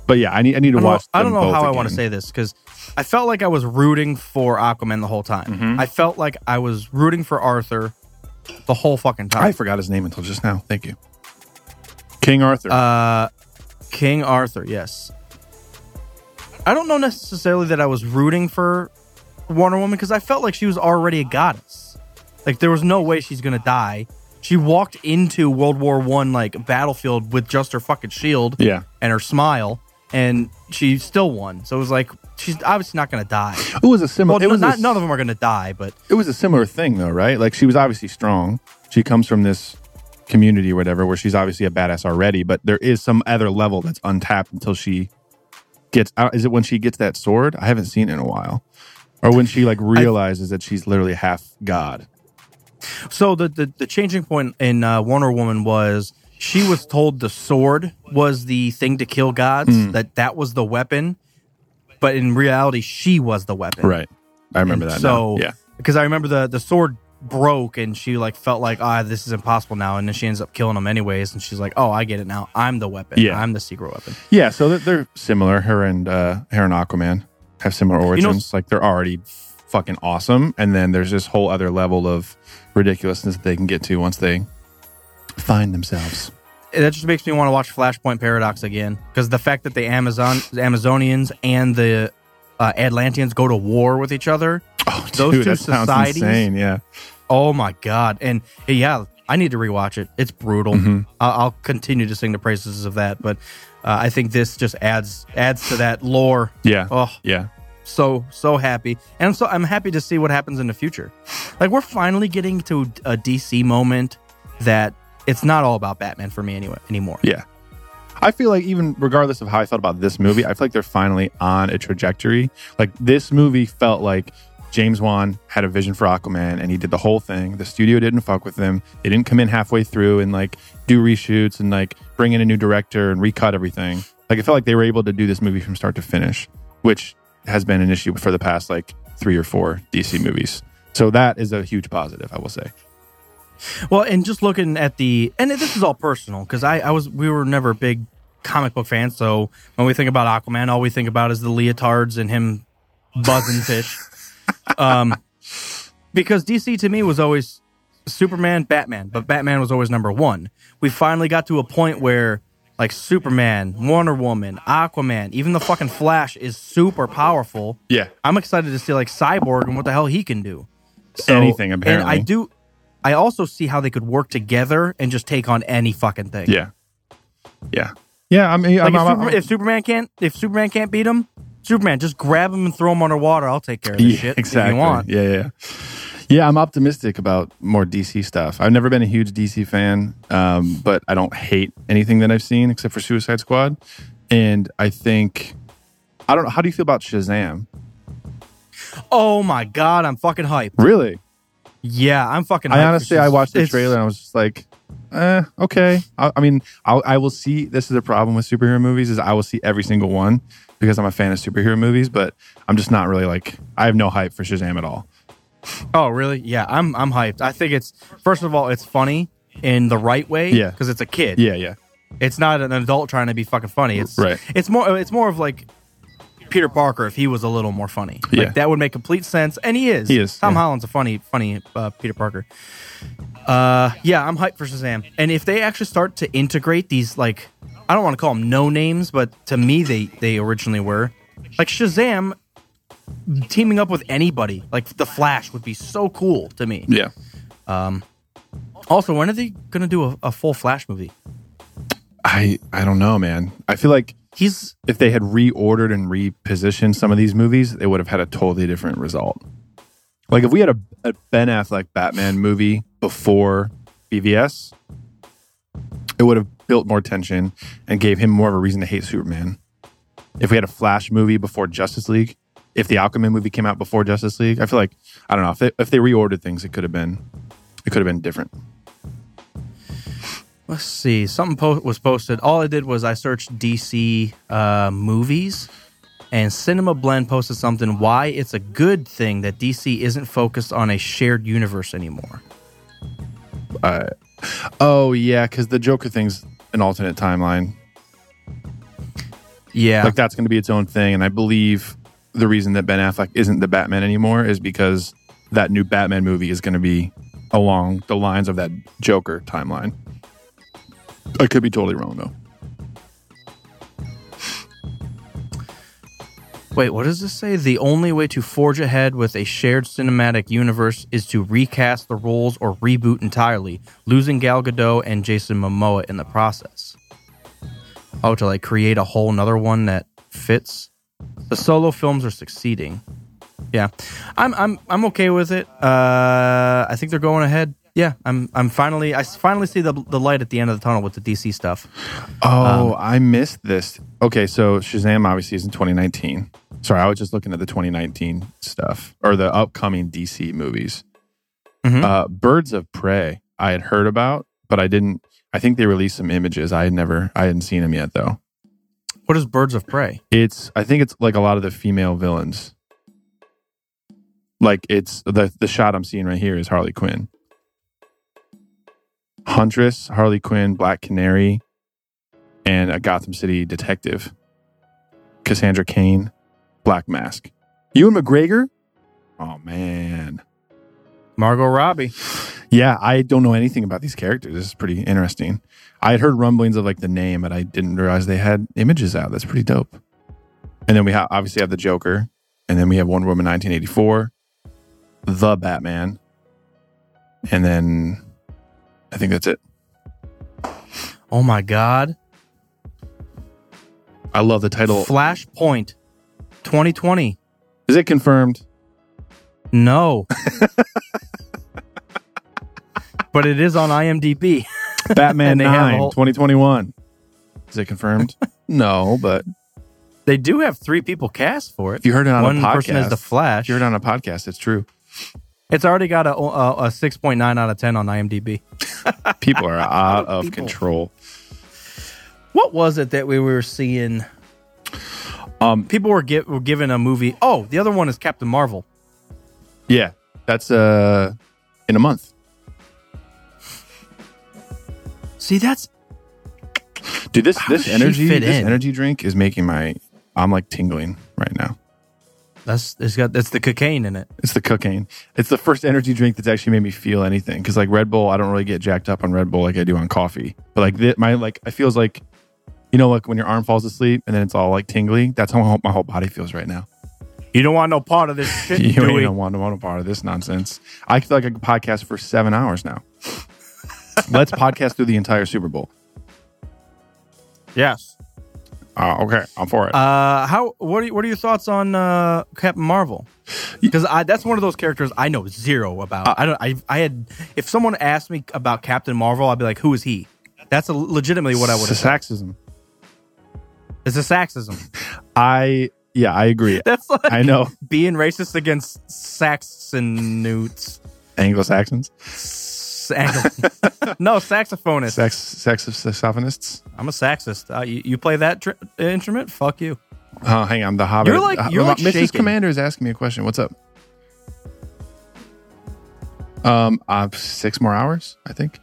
Speaker 4: But yeah, I need I need to
Speaker 3: I don't, know,
Speaker 4: watch.
Speaker 3: I don't
Speaker 4: them
Speaker 3: know
Speaker 4: both
Speaker 3: how I want to
Speaker 4: again.
Speaker 3: say this because I felt like I was rooting for Aquaman the whole time.
Speaker 4: Mm-hmm.
Speaker 3: I felt like I was rooting for Arthur the whole fucking
Speaker 4: I
Speaker 3: time.
Speaker 4: forgot his name Uh, until just now. Thank you, King Arthur.
Speaker 3: King Arthur, yes. I don't know necessarily that I was rooting for Wonder Woman because I felt like she was already a goddess. Like there was no way she's gonna die. She walked into World War One like battlefield with just her fucking shield
Speaker 4: Yeah.
Speaker 3: and her smile, and she still won. So it was like she's obviously not gonna die.
Speaker 4: It was a similar.
Speaker 3: Well,
Speaker 4: it was
Speaker 3: not,
Speaker 4: a,
Speaker 3: none of them are gonna die, but
Speaker 4: it was a similar thing though, right? Like she was obviously strong. She comes from this community or whatever where she's obviously a badass already, but there is some other level that's untapped until she gets out. Is it when she gets that sword? I haven't seen it in a while. Or when she like realizes that she's literally half god.
Speaker 3: So the the, the changing point in uh, Wonder Woman was she was told the sword was the thing to kill gods
Speaker 4: Hmm.
Speaker 3: that that was the weapon, but in reality she was the weapon.
Speaker 4: Right. I remember that.
Speaker 3: So
Speaker 4: now. yeah.
Speaker 3: because I remember the the sword broke and she like felt like ah this is impossible now and then she ends up killing him anyways and she's like oh I get it now I'm the weapon
Speaker 4: Yeah.
Speaker 3: I'm the secret weapon.
Speaker 4: Yeah, so they're, they're similar. Her and uh, her and Aquaman have similar origins. like they're already fucking awesome, and then there's this whole other level of ridiculousness that they can get to once they find themselves.
Speaker 3: that just makes me want to watch Flashpoint Paradox again because the fact that the Amazon the Amazonians and the uh, Atlanteans go to war with each other. Oh, those
Speaker 4: Dude,
Speaker 3: two
Speaker 4: that sounds
Speaker 3: societies.
Speaker 4: insane. Yeah,
Speaker 3: Oh my god! And yeah, I need to rewatch it. It's brutal. I- I'll continue to sing the praises of that, but uh, I think this just adds adds to that lore.
Speaker 4: yeah,
Speaker 3: Oh,
Speaker 4: yeah.
Speaker 3: so so happy, and I'm so I'm happy to see what happens in the future. Like we're finally getting to a DC moment that it's not all about Batman for me anyway anymore.
Speaker 4: Yeah. I feel like even regardless of how I felt about this movie, I feel like they're finally on a trajectory. Like this movie felt like James Wan had a vision for Aquaman and he did the whole thing. The studio didn't fuck with him. They didn't come in halfway through and like do reshoots and like bring in a new director and recut everything. Like it felt like they were able to do this movie from start to finish, which has been an issue for the past like three or four DC movies. So that is a huge positive, I will say.
Speaker 3: Well, and just looking at the and this is all personal because I, I was we were never big comic book fans, so when we think about Aquaman, all we think about is the leotards and him buzzing fish. Um, because DC to me was always Superman, Batman, but Batman was always number one. We finally got to a point where like Superman, Wonder Woman, Aquaman, even the fucking Flash is super powerful.
Speaker 4: Yeah.
Speaker 3: I'm excited to see like Cyborg and what the hell he can do. So-
Speaker 4: Anything, apparently.
Speaker 3: And I do. I also see how they could work together and just take on any fucking thing.
Speaker 4: Yeah. Yeah. Yeah. I mean, I'm,
Speaker 3: Like
Speaker 4: I'm-
Speaker 3: if, Superman,
Speaker 4: I'm-
Speaker 3: if Superman can't, if Superman can't beat him, Superman just grab him and throw him underwater. I'll take care of this shit if you want.
Speaker 4: Yeah, yeah, yeah. Yeah, I'm optimistic about more DC stuff. I've never been a huge DC fan, um, but I don't hate anything that I've seen except for Suicide Squad. And I think, I don't know. How do you feel about Shazam?
Speaker 3: Oh my god, I'm fucking hype.
Speaker 4: Really?
Speaker 3: Yeah, I'm fucking. Hype
Speaker 4: I
Speaker 3: for
Speaker 4: honestly,
Speaker 3: Shaz-
Speaker 4: I watched the
Speaker 3: it's-
Speaker 4: trailer and I was just like, eh, okay. I, I mean, I'll, I will see. This is a problem with superhero movies is I will see every single one because I'm a fan of superhero movies, but I'm just not really like I have no hype for Shazam at all.
Speaker 3: Oh really? Yeah, I'm I'm hyped. I think it's first of all, it's funny in the right way.
Speaker 4: Yeah.
Speaker 3: because it's a kid.
Speaker 4: Yeah, yeah,
Speaker 3: it's not an adult trying to be fucking funny. It's
Speaker 4: Right.
Speaker 3: It's more. It's more of like Peter Parker if he was a little more funny. Like,
Speaker 4: Yeah.
Speaker 3: that would make complete sense, and he is.
Speaker 4: He is,
Speaker 3: Tom
Speaker 4: yeah.
Speaker 3: Holland's a funny, funny uh, Peter Parker. Uh, yeah, I'm hyped for Shazam, and if they actually start to integrate these, like, I don't want to call them no names, but to me they they originally were, like Shazam. Teaming up with anybody like the Flash would be so cool to me.
Speaker 4: yeah.
Speaker 3: Also, when are they gonna do a, a full Flash movie?
Speaker 4: I I don't know, man. I feel like
Speaker 3: He's
Speaker 4: if they had reordered and repositioned some of these movies, they would have had a totally different result. Like if we had a, a Ben Affleck Batman movie before BVS, it would have built more tension and gave him more of a reason to hate Superman. If we had a Flash movie before Justice League, if the Aquaman movie came out before Justice League, I feel like I don't know if they, if they reordered things, it could have been it could have been different.
Speaker 3: Let's see. Something po- was posted. All I did was I searched DC uh, movies, and Cinema Blend posted something why it's a good thing that DC isn't focused on a shared universe anymore.
Speaker 4: Oh yeah, because the Joker thing's an alternate timeline.
Speaker 3: Yeah.
Speaker 4: Like that's going to be its own thing. And I believe the reason that Ben Affleck isn't the Batman anymore is because that new Batman movie is going to be along the lines of that Joker timeline. I could be totally wrong though.
Speaker 3: Wait, what does this say? The only way to forge ahead with a shared cinematic universe is to recast the roles or reboot entirely, losing Gal Gadot and Jason Momoa in the process. Oh, to like create a whole nother one that fits. The solo films are succeeding. Yeah, I'm I'm I'm okay with it. Uh, I think they're going ahead. Yeah, I'm I'm finally I s- finally see the the light at the end of the tunnel with the DC stuff.
Speaker 4: Oh, I missed this. Okay, so Shazam obviously is in 2019. Sorry, I was just looking at the 2019 stuff or the upcoming DC movies.
Speaker 3: Mhm.
Speaker 4: Uh, Birds of Prey, I had heard about, but I didn't. I think they released some images. I had never, I hadn't seen them yet though.
Speaker 3: What is Birds of Prey?
Speaker 4: It's, I think it's like a lot of the female villains. Like it's the the shot I'm seeing right here is Harley Quinn, Huntress, Harley Quinn, Black Canary, and a Gotham City detective, Cassandra Kane, Black Mask, Ewan McGregor. Oh man,
Speaker 3: Margot Robbie.
Speaker 4: yeah, I don't know anything about these characters. This is pretty interesting. I had heard rumblings of like the name, but I didn't realize they had images out. That's pretty dope. And then we have obviously have the Joker, and then we have Wonder Woman 1984, the Batman, and then I think that's it.
Speaker 3: Oh my God.
Speaker 4: I love the title.
Speaker 3: Flashpoint 2020.
Speaker 4: Is it confirmed?
Speaker 3: No. but it is on IMDb.
Speaker 4: Batman
Speaker 3: They have a
Speaker 4: 9
Speaker 3: whole-
Speaker 4: 2021. Is it confirmed? no, but
Speaker 3: They do have three people cast for it.
Speaker 4: if you heard it on
Speaker 3: One
Speaker 4: a podcast,
Speaker 3: person is the Flash.
Speaker 4: If you heard it on a podcast, it's true.
Speaker 3: It's already got a, a, a 6.9 out of 10 on IMDb.
Speaker 4: People are out of control.
Speaker 3: What was it that we were seeing?
Speaker 4: Um,
Speaker 3: People were, gi- were given a movie. Oh, the other one is Captain Marvel.
Speaker 4: Yeah, that's uh in a month.
Speaker 3: See, that's
Speaker 4: Dude, this this
Speaker 3: does she
Speaker 4: energy
Speaker 3: fit
Speaker 4: this
Speaker 3: in?
Speaker 4: energy drink is making my I'm like tingling right now.
Speaker 3: that's it's got that's the cocaine in it.
Speaker 4: It's the cocaine. It's the first energy drink that's actually made me feel anything. Because like Red Bull, I don't really get jacked up on Red Bull like I do on coffee. But like thi- my like, it feels like, you know, like when your arm falls asleep and then it's all like tingly. That's how my whole, my whole body feels right now.
Speaker 3: You don't want no part of this shit,
Speaker 4: You
Speaker 3: Dewey.
Speaker 4: don't want, want a part of this nonsense. I feel like I could podcast for seven hours now. Let's podcast through the entire Super Bowl.
Speaker 3: Yes.
Speaker 4: Uh, okay, I'm for it.
Speaker 3: Uh, how what are, what are your thoughts on uh, Captain Marvel? Because I that's one of those characters I know zero about.
Speaker 4: Uh,
Speaker 3: I don't. I I had if someone asked me about Captain Marvel, I'd be like, "Who is he?" That's a, legitimately what I would.
Speaker 4: It's a sexism.
Speaker 3: It's a sexism.
Speaker 4: I yeah, I agree.
Speaker 3: That's like
Speaker 4: I know
Speaker 3: being racist against Saxonutes.
Speaker 4: Anglo Saxons,
Speaker 3: Sax- no saxophonist.
Speaker 4: sex, sex saxophonists.
Speaker 3: I'm a saxist. Uh, you, you play that tr- instrument? Fuck you.
Speaker 4: Oh, hang on, the Hobbit.
Speaker 3: You're like-
Speaker 4: Uh,
Speaker 3: you're like
Speaker 4: Mrs.
Speaker 3: shaking.
Speaker 4: Commander is asking me a question. What's up? Um, uh, six more hours, I think.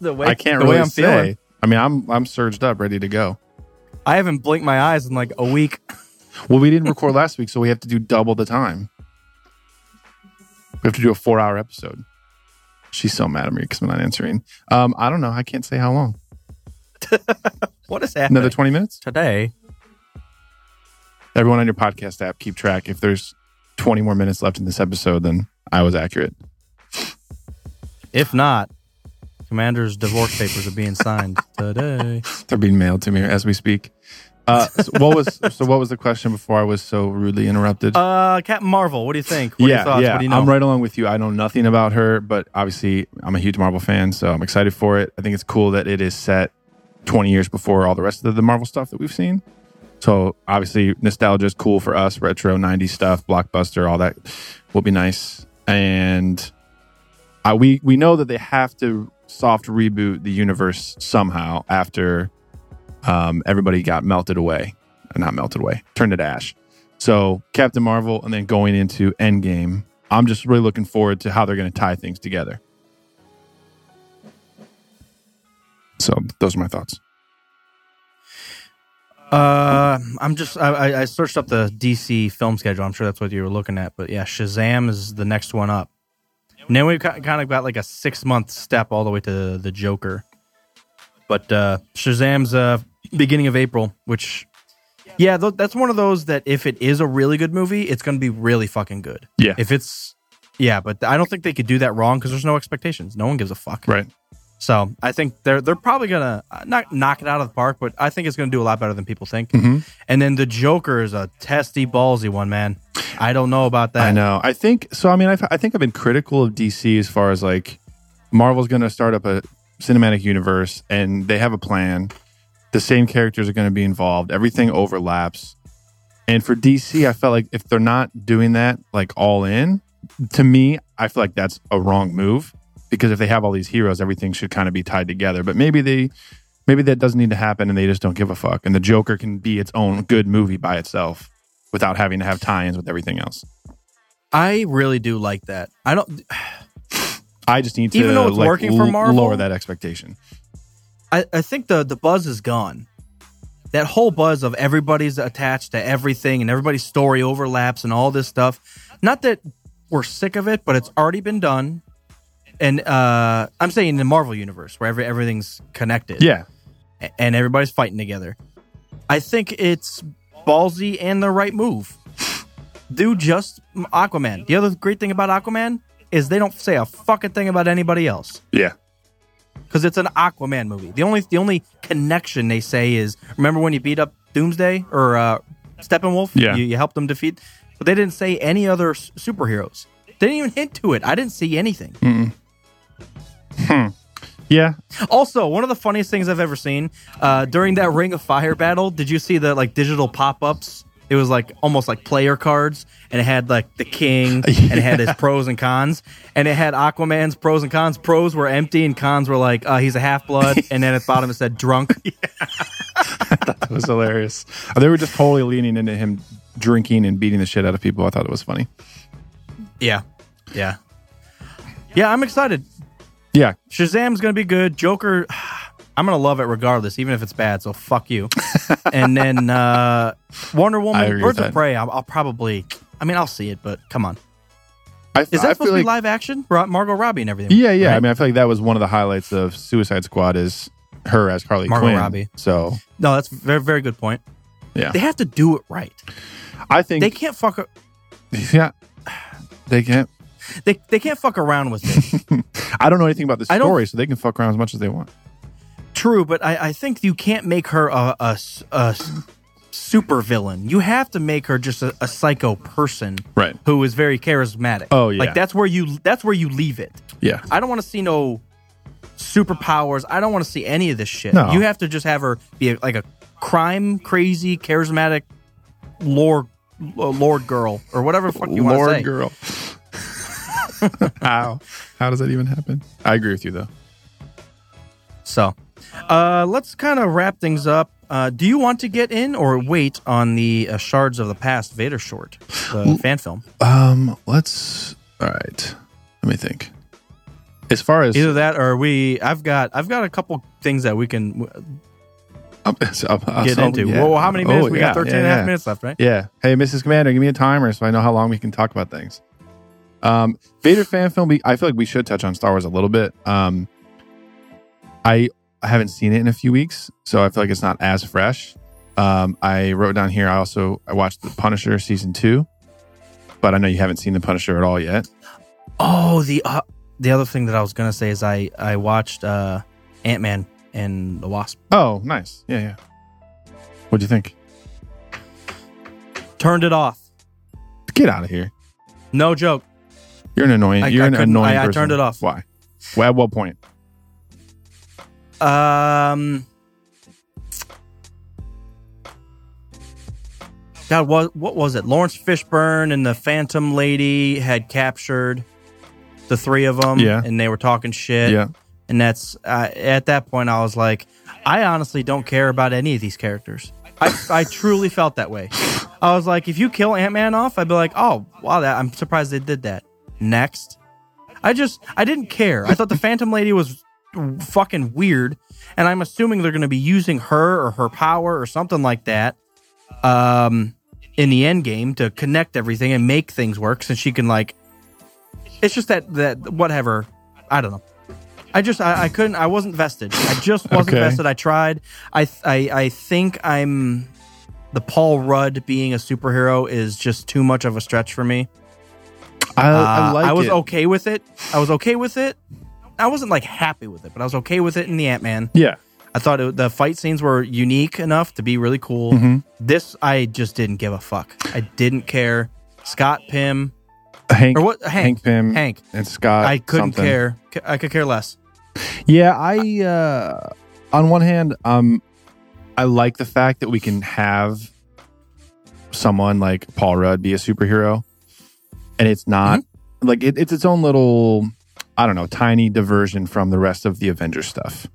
Speaker 3: The way
Speaker 4: I can't
Speaker 3: the
Speaker 4: really
Speaker 3: way I'm
Speaker 4: say.
Speaker 3: feeling.
Speaker 4: I mean, I'm I'm surged up, ready to go.
Speaker 3: I haven't blinked my eyes in like a week.
Speaker 4: Well, we didn't record last week, so we have to do double the time. We have to do a four-hour episode. She's so mad at me because I'm not answering. Um, I don't know. I can't say how long.
Speaker 3: What is happening
Speaker 4: Another twenty minutes.
Speaker 3: today?
Speaker 4: Everyone on your podcast app, keep track. If there's 20 more minutes left in this episode, then I was accurate.
Speaker 3: If not, Commander's divorce papers are being signed today.
Speaker 4: They're being mailed to me as we speak. Uh, so what was so? What was the question before I was so rudely interrupted?
Speaker 3: Uh, Captain Marvel, what do you think? What are your thoughts?
Speaker 4: yeah.
Speaker 3: What do you know?
Speaker 4: I'm right along with you. I know nothing about her, but obviously I'm a huge Marvel fan, so I'm excited for it. I think it's cool that it is set 20 years before all the rest of the Marvel stuff that we've seen. So obviously nostalgia is cool for us, retro 90s stuff, blockbuster, all that will be nice. And I, we we know that they have to soft reboot the universe somehow after um, everybody got melted away, Uh, not melted away, turned to ash. So Captain Marvel, and then going into Endgame, I'm just really looking forward to how they're going to tie things together. So those are my thoughts.
Speaker 3: Uh, I'm just I, I- I searched up the DC film schedule. I'm sure that's what you were looking at, but yeah, Shazam is the next one up. And then we've kind of got like a six month step all the way to the Joker. But uh, Shazam's uh, beginning of April, which Yeah, th- that's one of those that if it is a really good movie, it's going to be really fucking good.
Speaker 4: Yeah.
Speaker 3: If it's, yeah, but I don't think they could do that wrong because there's no expectations. No one gives a fuck.
Speaker 4: Right.
Speaker 3: So I think they're they're probably gonna uh, not knock it out of the park, but I think it's gonna do a lot better than people think.
Speaker 4: Mm-hmm.
Speaker 3: And then the Joker is a testy, ballsy one, man. I don't know about that.
Speaker 4: I know. I think so. I mean, I've, I think I've been critical of DC as far as like Marvel's going to start up a cinematic universe and they have a plan. The same characters are going to be involved. Everything overlaps. And for DC, I felt like if they're not doing that like all in, to me, I feel like that's a wrong move because if they have all these heroes, everything should kind of be tied together. But maybe they maybe that doesn't need to happen and they just don't give a fuck and the Joker can be its own good movie by itself without having to have tie-ins with everything else.
Speaker 3: I really do like that. I don't.
Speaker 4: I just need to
Speaker 3: Even though it's
Speaker 4: like,
Speaker 3: working for
Speaker 4: l-
Speaker 3: Marvel?
Speaker 4: lower that expectation.
Speaker 3: I, I think the the buzz is gone. That whole buzz of everybody's attached to everything and everybody's story overlaps and all this stuff. Not that we're sick of it, but it's already been done. And uh, I'm saying in the Marvel universe where every, everything's connected.
Speaker 4: Yeah,
Speaker 3: and everybody's fighting together. I think it's ballsy and the right move. Do just Aquaman. The other great thing about Aquaman is they don't say a fucking thing about anybody else
Speaker 4: yeah,
Speaker 3: because it's an Aquaman movie. The only the only connection they say is remember when you beat up Doomsday or uh, Steppenwolf?
Speaker 4: Yeah.
Speaker 3: you, you helped them defeat. But they didn't say any other s- superheroes. They didn't even hint to it. I didn't see anything.
Speaker 4: yeah.
Speaker 3: Also, one of the funniest things I've ever seen uh, during that Ring of Fire battle. Did you see the like digital pop ups? It was like almost like player cards, and it had like the king, and it had his pros and cons, and it had Aquaman's pros and cons. Pros were empty, and cons were like uh, he's a half blood, and then at the bottom it said drunk.
Speaker 4: That was hilarious. They were just totally leaning into him drinking and beating the shit out of people. I thought it was funny.
Speaker 3: Yeah, yeah, yeah. I'm excited.
Speaker 4: Yeah,
Speaker 3: Shazam's gonna be good. Joker, I'm gonna love it regardless, even if it's bad. So fuck you. and then uh, Wonder
Speaker 4: I
Speaker 3: Woman,
Speaker 4: agree
Speaker 3: Birds
Speaker 4: with that.
Speaker 3: of Prey. I'll, I'll probably. I mean, I'll see it, but come on.
Speaker 4: I,
Speaker 3: Is that
Speaker 4: I
Speaker 3: supposed
Speaker 4: feel
Speaker 3: to be
Speaker 4: like
Speaker 3: live action? Ro- Margot Robbie and everything.
Speaker 4: yeah, yeah.
Speaker 3: right?
Speaker 4: I mean, I feel like that was one of the highlights of Suicide Squad is her as Carly
Speaker 3: Margot
Speaker 4: Quinn.
Speaker 3: Robbie.
Speaker 4: So
Speaker 3: no, that's a very very good point.
Speaker 4: Yeah.
Speaker 3: they have to do it right.
Speaker 4: I think
Speaker 3: They can't fuck. a-
Speaker 4: yeah, they can't.
Speaker 3: They, they can't fuck around with this.
Speaker 4: I don't know anything about the
Speaker 3: I don't-
Speaker 4: story, so they can fuck around as much as they want.
Speaker 3: True, but I, I think you can't make her a, a s- a s- super villain. You have to make her just a, a psycho person,
Speaker 4: Right.
Speaker 3: Who is very charismatic.
Speaker 4: Oh, yeah.
Speaker 3: like that's where you that's where you leave it.
Speaker 4: Yeah,
Speaker 3: I don't want to see no superpowers. I don't want to see any of this shit.
Speaker 4: No.
Speaker 3: You have to just have her be like a crime crazy, charismatic lord uh, lord girl or whatever the fuck you want to say.
Speaker 4: Lord girl. how how does that even happen? I agree with you though.
Speaker 3: So, uh, let's kind of wrap things up. Uh, do you want to get in or wait on the uh, Shards of the Past Vader short, the fan film?
Speaker 4: Um, let's. All right, let me think. As far as
Speaker 3: Either that or we. I've got. I've got a couple things that we can
Speaker 4: I'm- so I'm- I'm-
Speaker 3: get
Speaker 4: Oh, so-
Speaker 3: into.
Speaker 4: yeah.
Speaker 3: Well, how many minutes?
Speaker 4: Oh,
Speaker 3: we
Speaker 4: yeah,
Speaker 3: got 13 and a
Speaker 4: yeah,
Speaker 3: half
Speaker 4: yeah.
Speaker 3: minutes left, right?
Speaker 4: Yeah. Hey, Mrs. Commander, give me a timer so I know how long we can talk about things. Um, Vader fan film. We, I feel like we should touch on Star Wars a little bit. Um, I I haven't seen it in a few weeks, so I feel like it's not as fresh. Um, I wrote down here. I also I watched The Punisher season two, but I know you haven't seen The Punisher at all yet.
Speaker 3: Oh, the uh, the other thing that I was gonna say is I I watched uh, Ant Man and the Wasp.
Speaker 4: Oh, nice. Yeah, yeah. What'd you think?
Speaker 3: Turned it off.
Speaker 4: Get out of here.
Speaker 3: No joke.
Speaker 4: You're an annoying.
Speaker 3: I-
Speaker 4: you're
Speaker 3: I
Speaker 4: an
Speaker 3: couldn't-
Speaker 4: annoying.
Speaker 3: I- I
Speaker 4: person.
Speaker 3: turned it off.
Speaker 4: Why? Well, at what point?
Speaker 3: Um. God, what what was it? Lawrence Fishburne and the Phantom Lady had captured the three of them,
Speaker 4: Yeah.
Speaker 3: and they were talking shit.
Speaker 4: Yeah.
Speaker 3: and that's uh, at that point I was like, I honestly don't care about any of these characters. I, I truly felt that way. I was like, if you kill Ant Man off, I'd be like, oh wow, that I'm surprised they did that. Next, I just I didn't care. I thought the Phantom Lady was fucking weird, and I'm assuming they're going to be using her or her power or something like that. Um, in the end game to connect everything and make things work, since she can like, it's just that that whatever. I don't know. I just I, I couldn't. I wasn't vested. I just wasn't
Speaker 4: Okay.
Speaker 3: vested. I tried. I I I think I'm the Paul Rudd being a superhero is just too much of a stretch for me.
Speaker 4: I,
Speaker 3: Uh,
Speaker 4: I like
Speaker 3: I was
Speaker 4: it.
Speaker 3: okay with it. I was okay with it. I wasn't like happy with it, but I was okay with it in the Ant Man.
Speaker 4: Yeah.
Speaker 3: I thought it, the fight scenes were unique enough to be really cool.
Speaker 4: Mm-hmm.
Speaker 3: This I just didn't give a fuck. I didn't care. Scott Pym
Speaker 4: Hank,
Speaker 3: or what? Hank,
Speaker 4: Pym,
Speaker 3: Hank.
Speaker 4: and Scott.
Speaker 3: I couldn't
Speaker 4: Uh, something.
Speaker 3: care. C- I could care less.
Speaker 4: Yeah, I uh on one hand, um I like the fact that we can have someone like Paul Rudd be a superhero and it's not like it, it's its own little I don't know, tiny diversion from the rest of the Avengers stuff.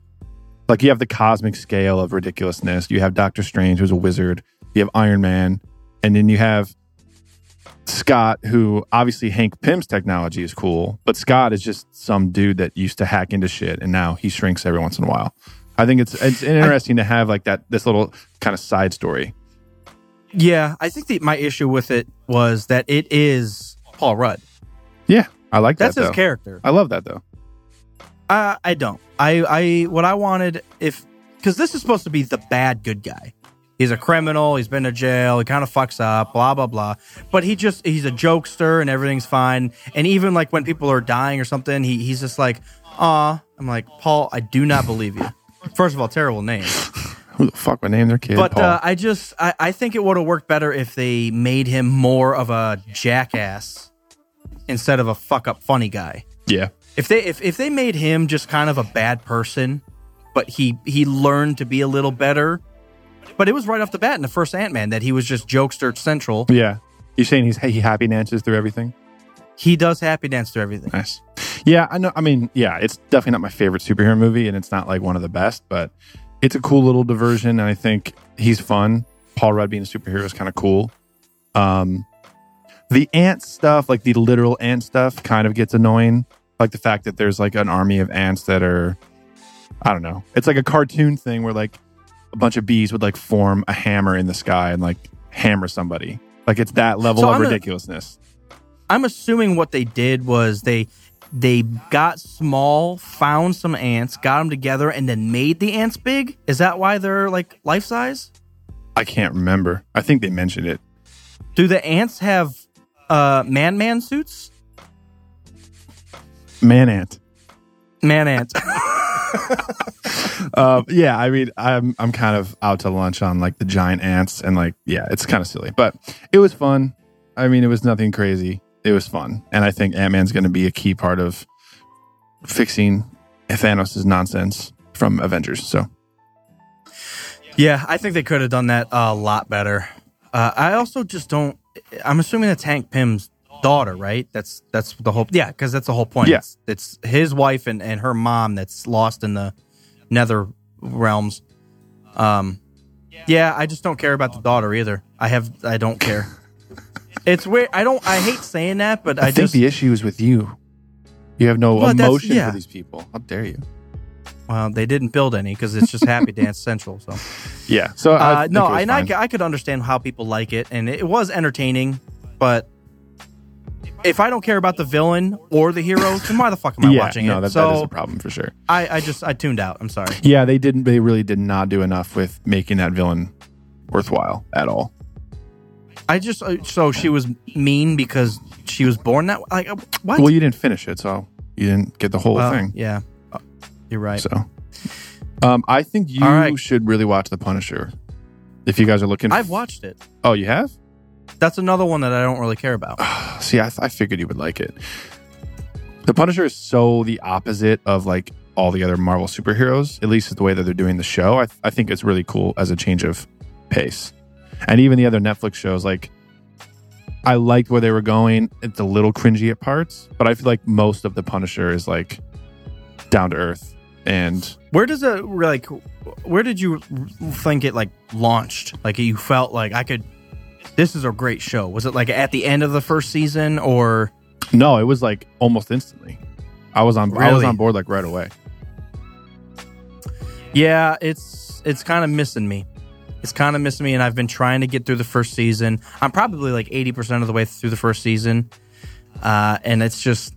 Speaker 4: Like you have the cosmic scale of ridiculousness, you have Doctor Strange who's a wizard, you have Iron Man, and then you have Scott, who obviously Hank Pym's technology is cool, but Scott is just some dude that used to hack into shit, and now he shrinks every once in a while. I think it's it's interesting to have like that this little kind of side story.
Speaker 3: Yeah, I think the, my issue with it was that it is Paul Rudd.
Speaker 4: Yeah, I like
Speaker 3: That's
Speaker 4: that.
Speaker 3: his
Speaker 4: though.
Speaker 3: character.
Speaker 4: I love that though.
Speaker 3: I, I don't. I, I what I wanted if because this is supposed to be the bad good guy. He's a criminal. He's been to jail. He kind of fucks up. Blah blah blah. But he just he's a jokester and everything's fine. And even like when people are dying or something, he he's just like, ah. I'm like Paul. I do not believe you. First of all, terrible name.
Speaker 4: Who the fuck would name their kid?
Speaker 3: But
Speaker 4: Paul?
Speaker 3: uh, I just I, I think it would have worked better if they made him more of a jackass instead of a fuck up funny guy.
Speaker 4: yeah,
Speaker 3: If they if, if they made him just kind of a bad person, but he he learned to be a little better. But it was right off the bat in the first Ant Man that he was just jokester central.
Speaker 4: yeah. You saying he's he happy dances through everything?
Speaker 3: He does happy dance to everything.
Speaker 4: Nice. Yeah, I know. I mean, yeah, it's definitely not my favorite superhero movie, and it's not like one of the best, but it's a cool little diversion, and I think he's fun. Paul Rudd being a superhero is kind of cool. Um, the ant stuff, like the literal ant stuff, kind of gets annoying. Like the fact that there's like an army of ants that are, I don't know. It's like a cartoon thing where like a bunch of bees would like form a hammer in the sky and like hammer somebody. Like it's that level
Speaker 3: So
Speaker 4: of
Speaker 3: I'm a-
Speaker 4: ridiculousness.
Speaker 3: I'm assuming what they did was they they got small, found some ants, got them together, and then made the ants big. Is that why they're like life size?
Speaker 4: I can't remember. I think they mentioned it.
Speaker 3: Do the ants have uh man man suits?
Speaker 4: Man ant.
Speaker 3: Man ant.
Speaker 4: Uh, yeah, I mean, I'm I'm kind of out to lunch on like the giant ants and like yeah, it's kind of silly, but it was fun. I mean, it was nothing crazy. It was fun, and I think Ant Man's going to be a key part of fixing Thanos' nonsense from Avengers. So
Speaker 3: yeah, I think they could have done that a lot better. Uh, I also just don't. I'm assuming that's Hank Pym's daughter, right? That's that's the whole. Yeah, because that's the whole point.
Speaker 4: Yeah.
Speaker 3: It's, it's his wife and and her mom that's lost in the nether realms. Um, yeah, I just don't care about the daughter either. I have. I don't care. it's weird. I don't. I hate saying that, but I,
Speaker 4: I, think
Speaker 3: just.
Speaker 4: the issue is with you. You have no
Speaker 3: Well, that's-
Speaker 4: emotion
Speaker 3: yeah.
Speaker 4: for these people. How dare you?
Speaker 3: well, they didn't build any because it's just Happy Dance Central. So.
Speaker 4: Yeah. So
Speaker 3: Uh,
Speaker 4: I
Speaker 3: no,
Speaker 4: think it was
Speaker 3: and I,
Speaker 4: fine.
Speaker 3: I could understand how people like it, and it was entertaining, but if I don't care about the villain or the hero, then why the fuck am I
Speaker 4: yeah,
Speaker 3: watching
Speaker 4: no,
Speaker 3: it?
Speaker 4: that, that is
Speaker 3: so
Speaker 4: a problem for sure.
Speaker 3: I, I just I tuned out. I'm sorry.
Speaker 4: Yeah, they didn't. They really did not do enough with making that villain worthwhile at all.
Speaker 3: I just uh, so she was mean because she was born that way. Like uh, what?
Speaker 4: Well, you didn't finish it, so you didn't get the whole
Speaker 3: Well,
Speaker 4: thing.
Speaker 3: Yeah, Uh, you're right.
Speaker 4: So, um, I think you
Speaker 3: All right.
Speaker 4: should really watch The Punisher if you guys are looking.
Speaker 3: I've watched it.
Speaker 4: Oh, you have?
Speaker 3: That's another one that I don't really care about.
Speaker 4: See, I, I figured you would like it. The Punisher is so the opposite of like all the other Marvel superheroes, at least the way that they're doing the show. I, I think it's really cool as a change of pace. And even the other Netflix shows, like, I liked where they were going. It's a little cringy at parts, but I feel like most of The Punisher is like down to earth and
Speaker 3: Where does it like? Where did you think it like launched? Like you felt like I could. This is a great show. Was it like at the end of the first season or?
Speaker 4: No, it was like almost instantly. I was on. I was
Speaker 3: Really?
Speaker 4: on board like right away.
Speaker 3: Yeah, it's it's kind of missing me. It's kind of missing me, and I've been trying to get through the first season. I'm probably like eighty percent of the way through the first season, uh, and it's just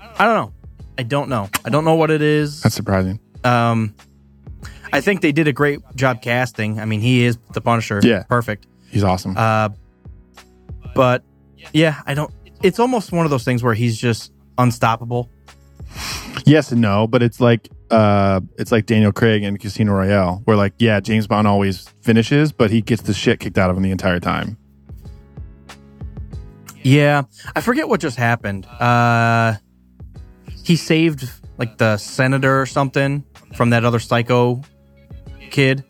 Speaker 3: I don't know. I don't know. I don't know what it is.
Speaker 4: That's surprising.
Speaker 3: Um, I think they did a great job casting. I mean, he is the Punisher.
Speaker 4: Yeah.
Speaker 3: perfect.
Speaker 4: He's awesome.
Speaker 3: Uh, but yeah, I don't. It's almost one of those things where he's just unstoppable.
Speaker 4: yes and no, but it's like uh, it's like Daniel Craig in Casino Royale, where like yeah, James Bond always finishes, but he gets the shit kicked out of him the entire time.
Speaker 3: Yeah, I forget what just happened. Uh, he saved like the senator or something from that other psycho kid.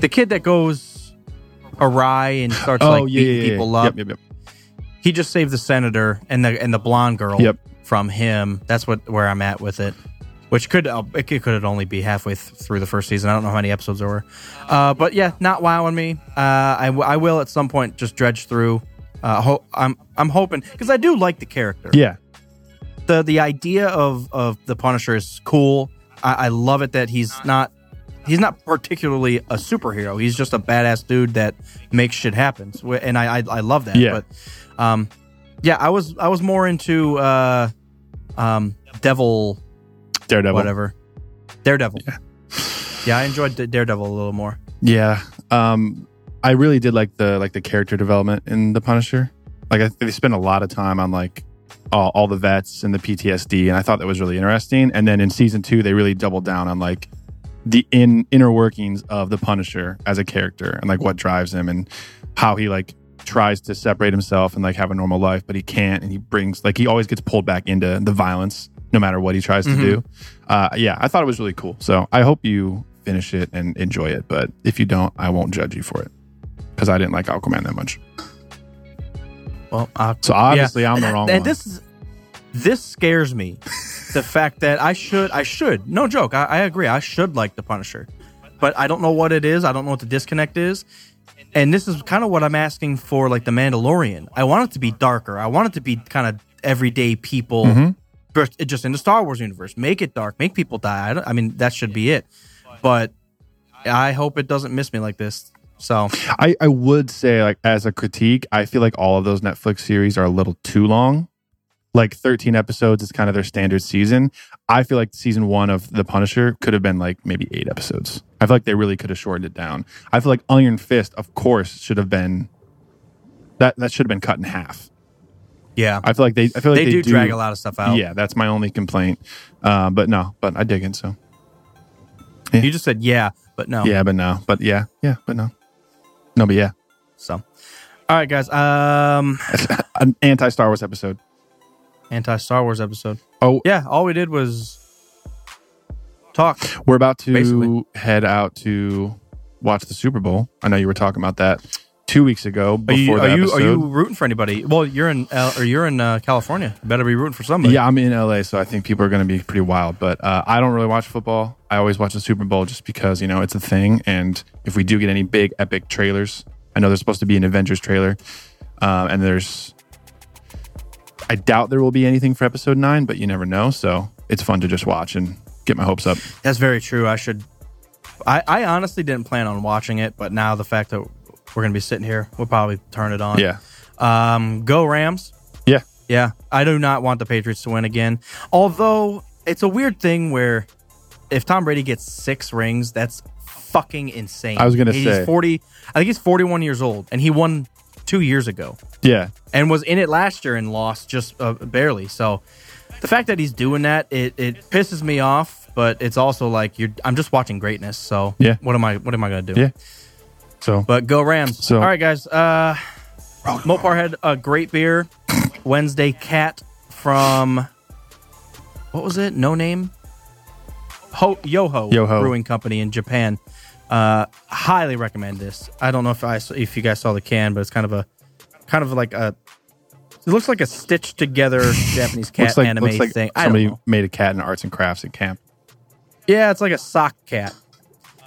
Speaker 3: The kid that goes awry and starts
Speaker 4: Oh,
Speaker 3: like beating people up.
Speaker 4: Yep, yep, yep.
Speaker 3: He just saved the senator and the and the blonde girl
Speaker 4: Yep.
Speaker 3: from him. That's what where I'm at with it. Which could uh, it could could only be halfway th- through the first season. I don't know how many episodes there were, uh, but yeah, not wowing me. Uh, I, w- I will at some point just dredge through. Uh, ho- I'm I'm hoping because I do like the character
Speaker 4: Yeah,
Speaker 3: the the idea of of the Punisher is cool. I, I love it that he's not he's not particularly a superhero. He's just a badass dude that makes shit happen. So- And I I, I love that.
Speaker 4: Yeah.
Speaker 3: But um, yeah, I was I was more into uh, um, Devil
Speaker 4: Daredevil.
Speaker 3: whatever, Daredevil. Yeah. I enjoyed the Daredevil a little more.
Speaker 4: Yeah. Um, I really did like the like the character development in The Punisher. Like I, they spent a lot of time on like all, all the vets and the PTSD, and I thought that was really interesting. And then in season two, they really doubled down on like the in inner workings of the Punisher as a character and like what drives him and how he like tries to separate himself and like have a normal life, but he can't. And he brings like he always gets pulled back into the violence no matter what he tries to do. Uh, yeah, I thought it was really cool. So I hope you finish it and enjoy it. But if you don't, I won't judge you for it because I didn't like Aquaman that much.
Speaker 3: Well, uh,
Speaker 4: So obviously I'm the
Speaker 3: And-
Speaker 4: wrong
Speaker 3: and
Speaker 4: one.
Speaker 3: this is- this scares me. the fact that I should I should no joke I, I agree I should like the Punisher, but I don't know what it is. I don't know what the disconnect is, and this is kind of what I'm asking for. Like the Mandalorian, I want it to be darker. I want it to be kind of everyday people,
Speaker 4: Mm-hmm.
Speaker 3: but it- just in the Star Wars universe. Make it dark. Make people die. I, don't- I mean that should be it, but I hope it doesn't miss me like this. So
Speaker 4: I, I would say like as a critique, I feel like all of those Netflix series are a little too long. Like 13 episodes is kind of their standard season. I feel like season one of The Punisher could have been like maybe eight episodes. I feel like they really could have shortened it down. I feel like Iron Fist, of course, should have been that that should have been cut in half.
Speaker 3: yeah,
Speaker 4: I feel like they I feel like
Speaker 3: they, do, drag a lot of stuff out.
Speaker 4: Yeah, that's my only complaint. Uh, but no, but I dig it. So
Speaker 3: You just said yeah, but no.
Speaker 4: yeah, but no, but yeah, yeah, but no, no, but yeah,
Speaker 3: So, all right, guys. Um,
Speaker 4: an anti Star Wars episode.
Speaker 3: anti Star Wars episode.
Speaker 4: Oh,
Speaker 3: Yeah, all we did was talk.
Speaker 4: We're about to
Speaker 3: Basically.
Speaker 4: head out to watch the Super Bowl. I know you were talking about that two weeks ago
Speaker 3: Are you
Speaker 4: before
Speaker 3: are
Speaker 4: the
Speaker 3: you, are
Speaker 4: episode.
Speaker 3: you rooting for anybody? Well, you're in L, or you're in uh, California. You better be rooting for somebody.
Speaker 4: yeah, I'm in LA, so I think people are going to be pretty wild. But uh, I don't really watch football. I always watch the Super Bowl just because you know it's a thing. And if we do get any big epic trailers, I know there's supposed to be an Avengers trailer, um, and there's. I doubt there will be anything for episode nine, but you never know. So it's fun to just watch and get my hopes up.
Speaker 3: that's very true. I should. I I honestly didn't plan on watching it, but now the fact that we're gonna be sitting here, we'll probably turn it on.
Speaker 4: Yeah,
Speaker 3: Um, go Rams.
Speaker 4: yeah.
Speaker 3: Yeah, I do not want the Patriots to win again. Although it's a weird thing where if Tom Brady gets six rings, that's fucking insane.
Speaker 4: I was gonna
Speaker 3: he's
Speaker 4: say.
Speaker 3: forty. I think he's forty-one years old, and he won two years ago,
Speaker 4: Yeah,
Speaker 3: and was in it last year and lost just uh, barely. So the fact that he's doing that, it, it pisses me off. But it's also like you're. I'm just watching greatness. So
Speaker 4: Yeah.
Speaker 3: what am I? What am I gonna do?
Speaker 4: Yeah. So
Speaker 3: But go Rams.
Speaker 4: So-
Speaker 3: All right, guys. Uh, Mopar had a great beer. Wednesday Cat from, what was it? No name? Ho- Yoho,
Speaker 4: Yoho.
Speaker 3: Brewing Company in Japan. Uh, highly recommend this. I don't know if I s- if you guys saw the can, but it's kind of a kind of like a it looks like a stitched together Japanese cat
Speaker 4: looks like,
Speaker 3: anime
Speaker 4: looks like
Speaker 3: thing. I don't
Speaker 4: somebody
Speaker 3: know.
Speaker 4: made a cat in arts and crafts at camp.
Speaker 3: Yeah, it's like a sock cat.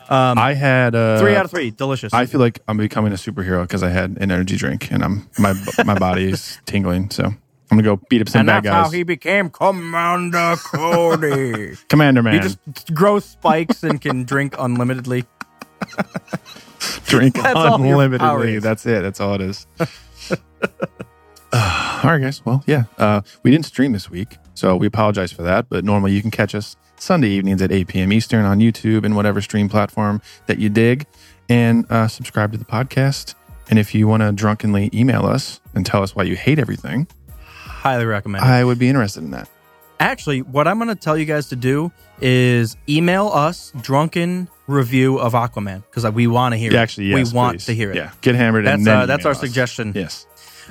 Speaker 3: Um,
Speaker 4: I had uh,
Speaker 3: Three out of three, delicious.
Speaker 4: I feel like I'm becoming a superhero because I had an energy drink and I'm my my body's tingling. So I'm gonna go beat up some
Speaker 3: and
Speaker 4: bad
Speaker 3: that's
Speaker 4: guys.
Speaker 3: how he became Commander Cody.
Speaker 4: Commander man,
Speaker 3: You just grow spikes and can drink unlimitedly.
Speaker 4: drink
Speaker 3: all your power
Speaker 4: unlimitedly.
Speaker 3: is.
Speaker 4: That's it. That's all it is. Uh, all right, guys. Well, yeah, uh, we didn't stream this week, so we apologize for that. But normally you can catch us Sunday evenings at 8 p.m. Eastern on YouTube and whatever stream platform that you dig. and uh, subscribe to the podcast. And if you want to drunkenly email us and tell us why you hate everything,
Speaker 3: Highly recommend. it.
Speaker 4: I would be interested in that.
Speaker 3: Actually, what I'm going to tell you guys to do is email us drunken review of Aquaman because we want to hear
Speaker 4: Yeah,
Speaker 3: it.
Speaker 4: actually, yes,
Speaker 3: we want
Speaker 4: please.
Speaker 3: to hear it.
Speaker 4: Yeah, get hammered.
Speaker 3: That's,
Speaker 4: and then
Speaker 3: uh, that's
Speaker 4: email
Speaker 3: our
Speaker 4: us.
Speaker 3: suggestion.
Speaker 4: Yes,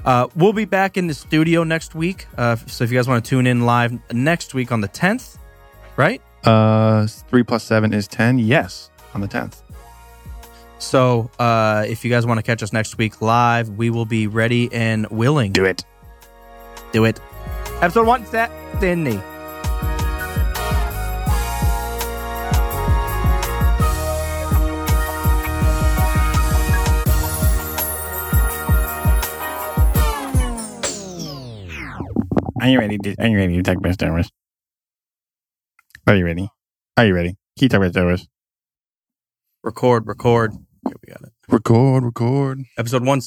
Speaker 3: Uh, we'll be back in the studio next week. Uh, so if you guys want to tune in live next week on the 10th, right?
Speaker 4: uh, three plus seven is ten. Yes, on the tenth.
Speaker 3: So uh, if you guys want to catch us next week live, we will be ready and willing.
Speaker 4: Do it.
Speaker 3: Do it. Episode one, set, Sydney.
Speaker 4: Are you ready? To, are you ready to talk about Star Wars? Are you ready? Are you ready? Can you talk about Star Wars?
Speaker 3: Record, record. Here we got it.
Speaker 4: Record, record.
Speaker 3: Episode one.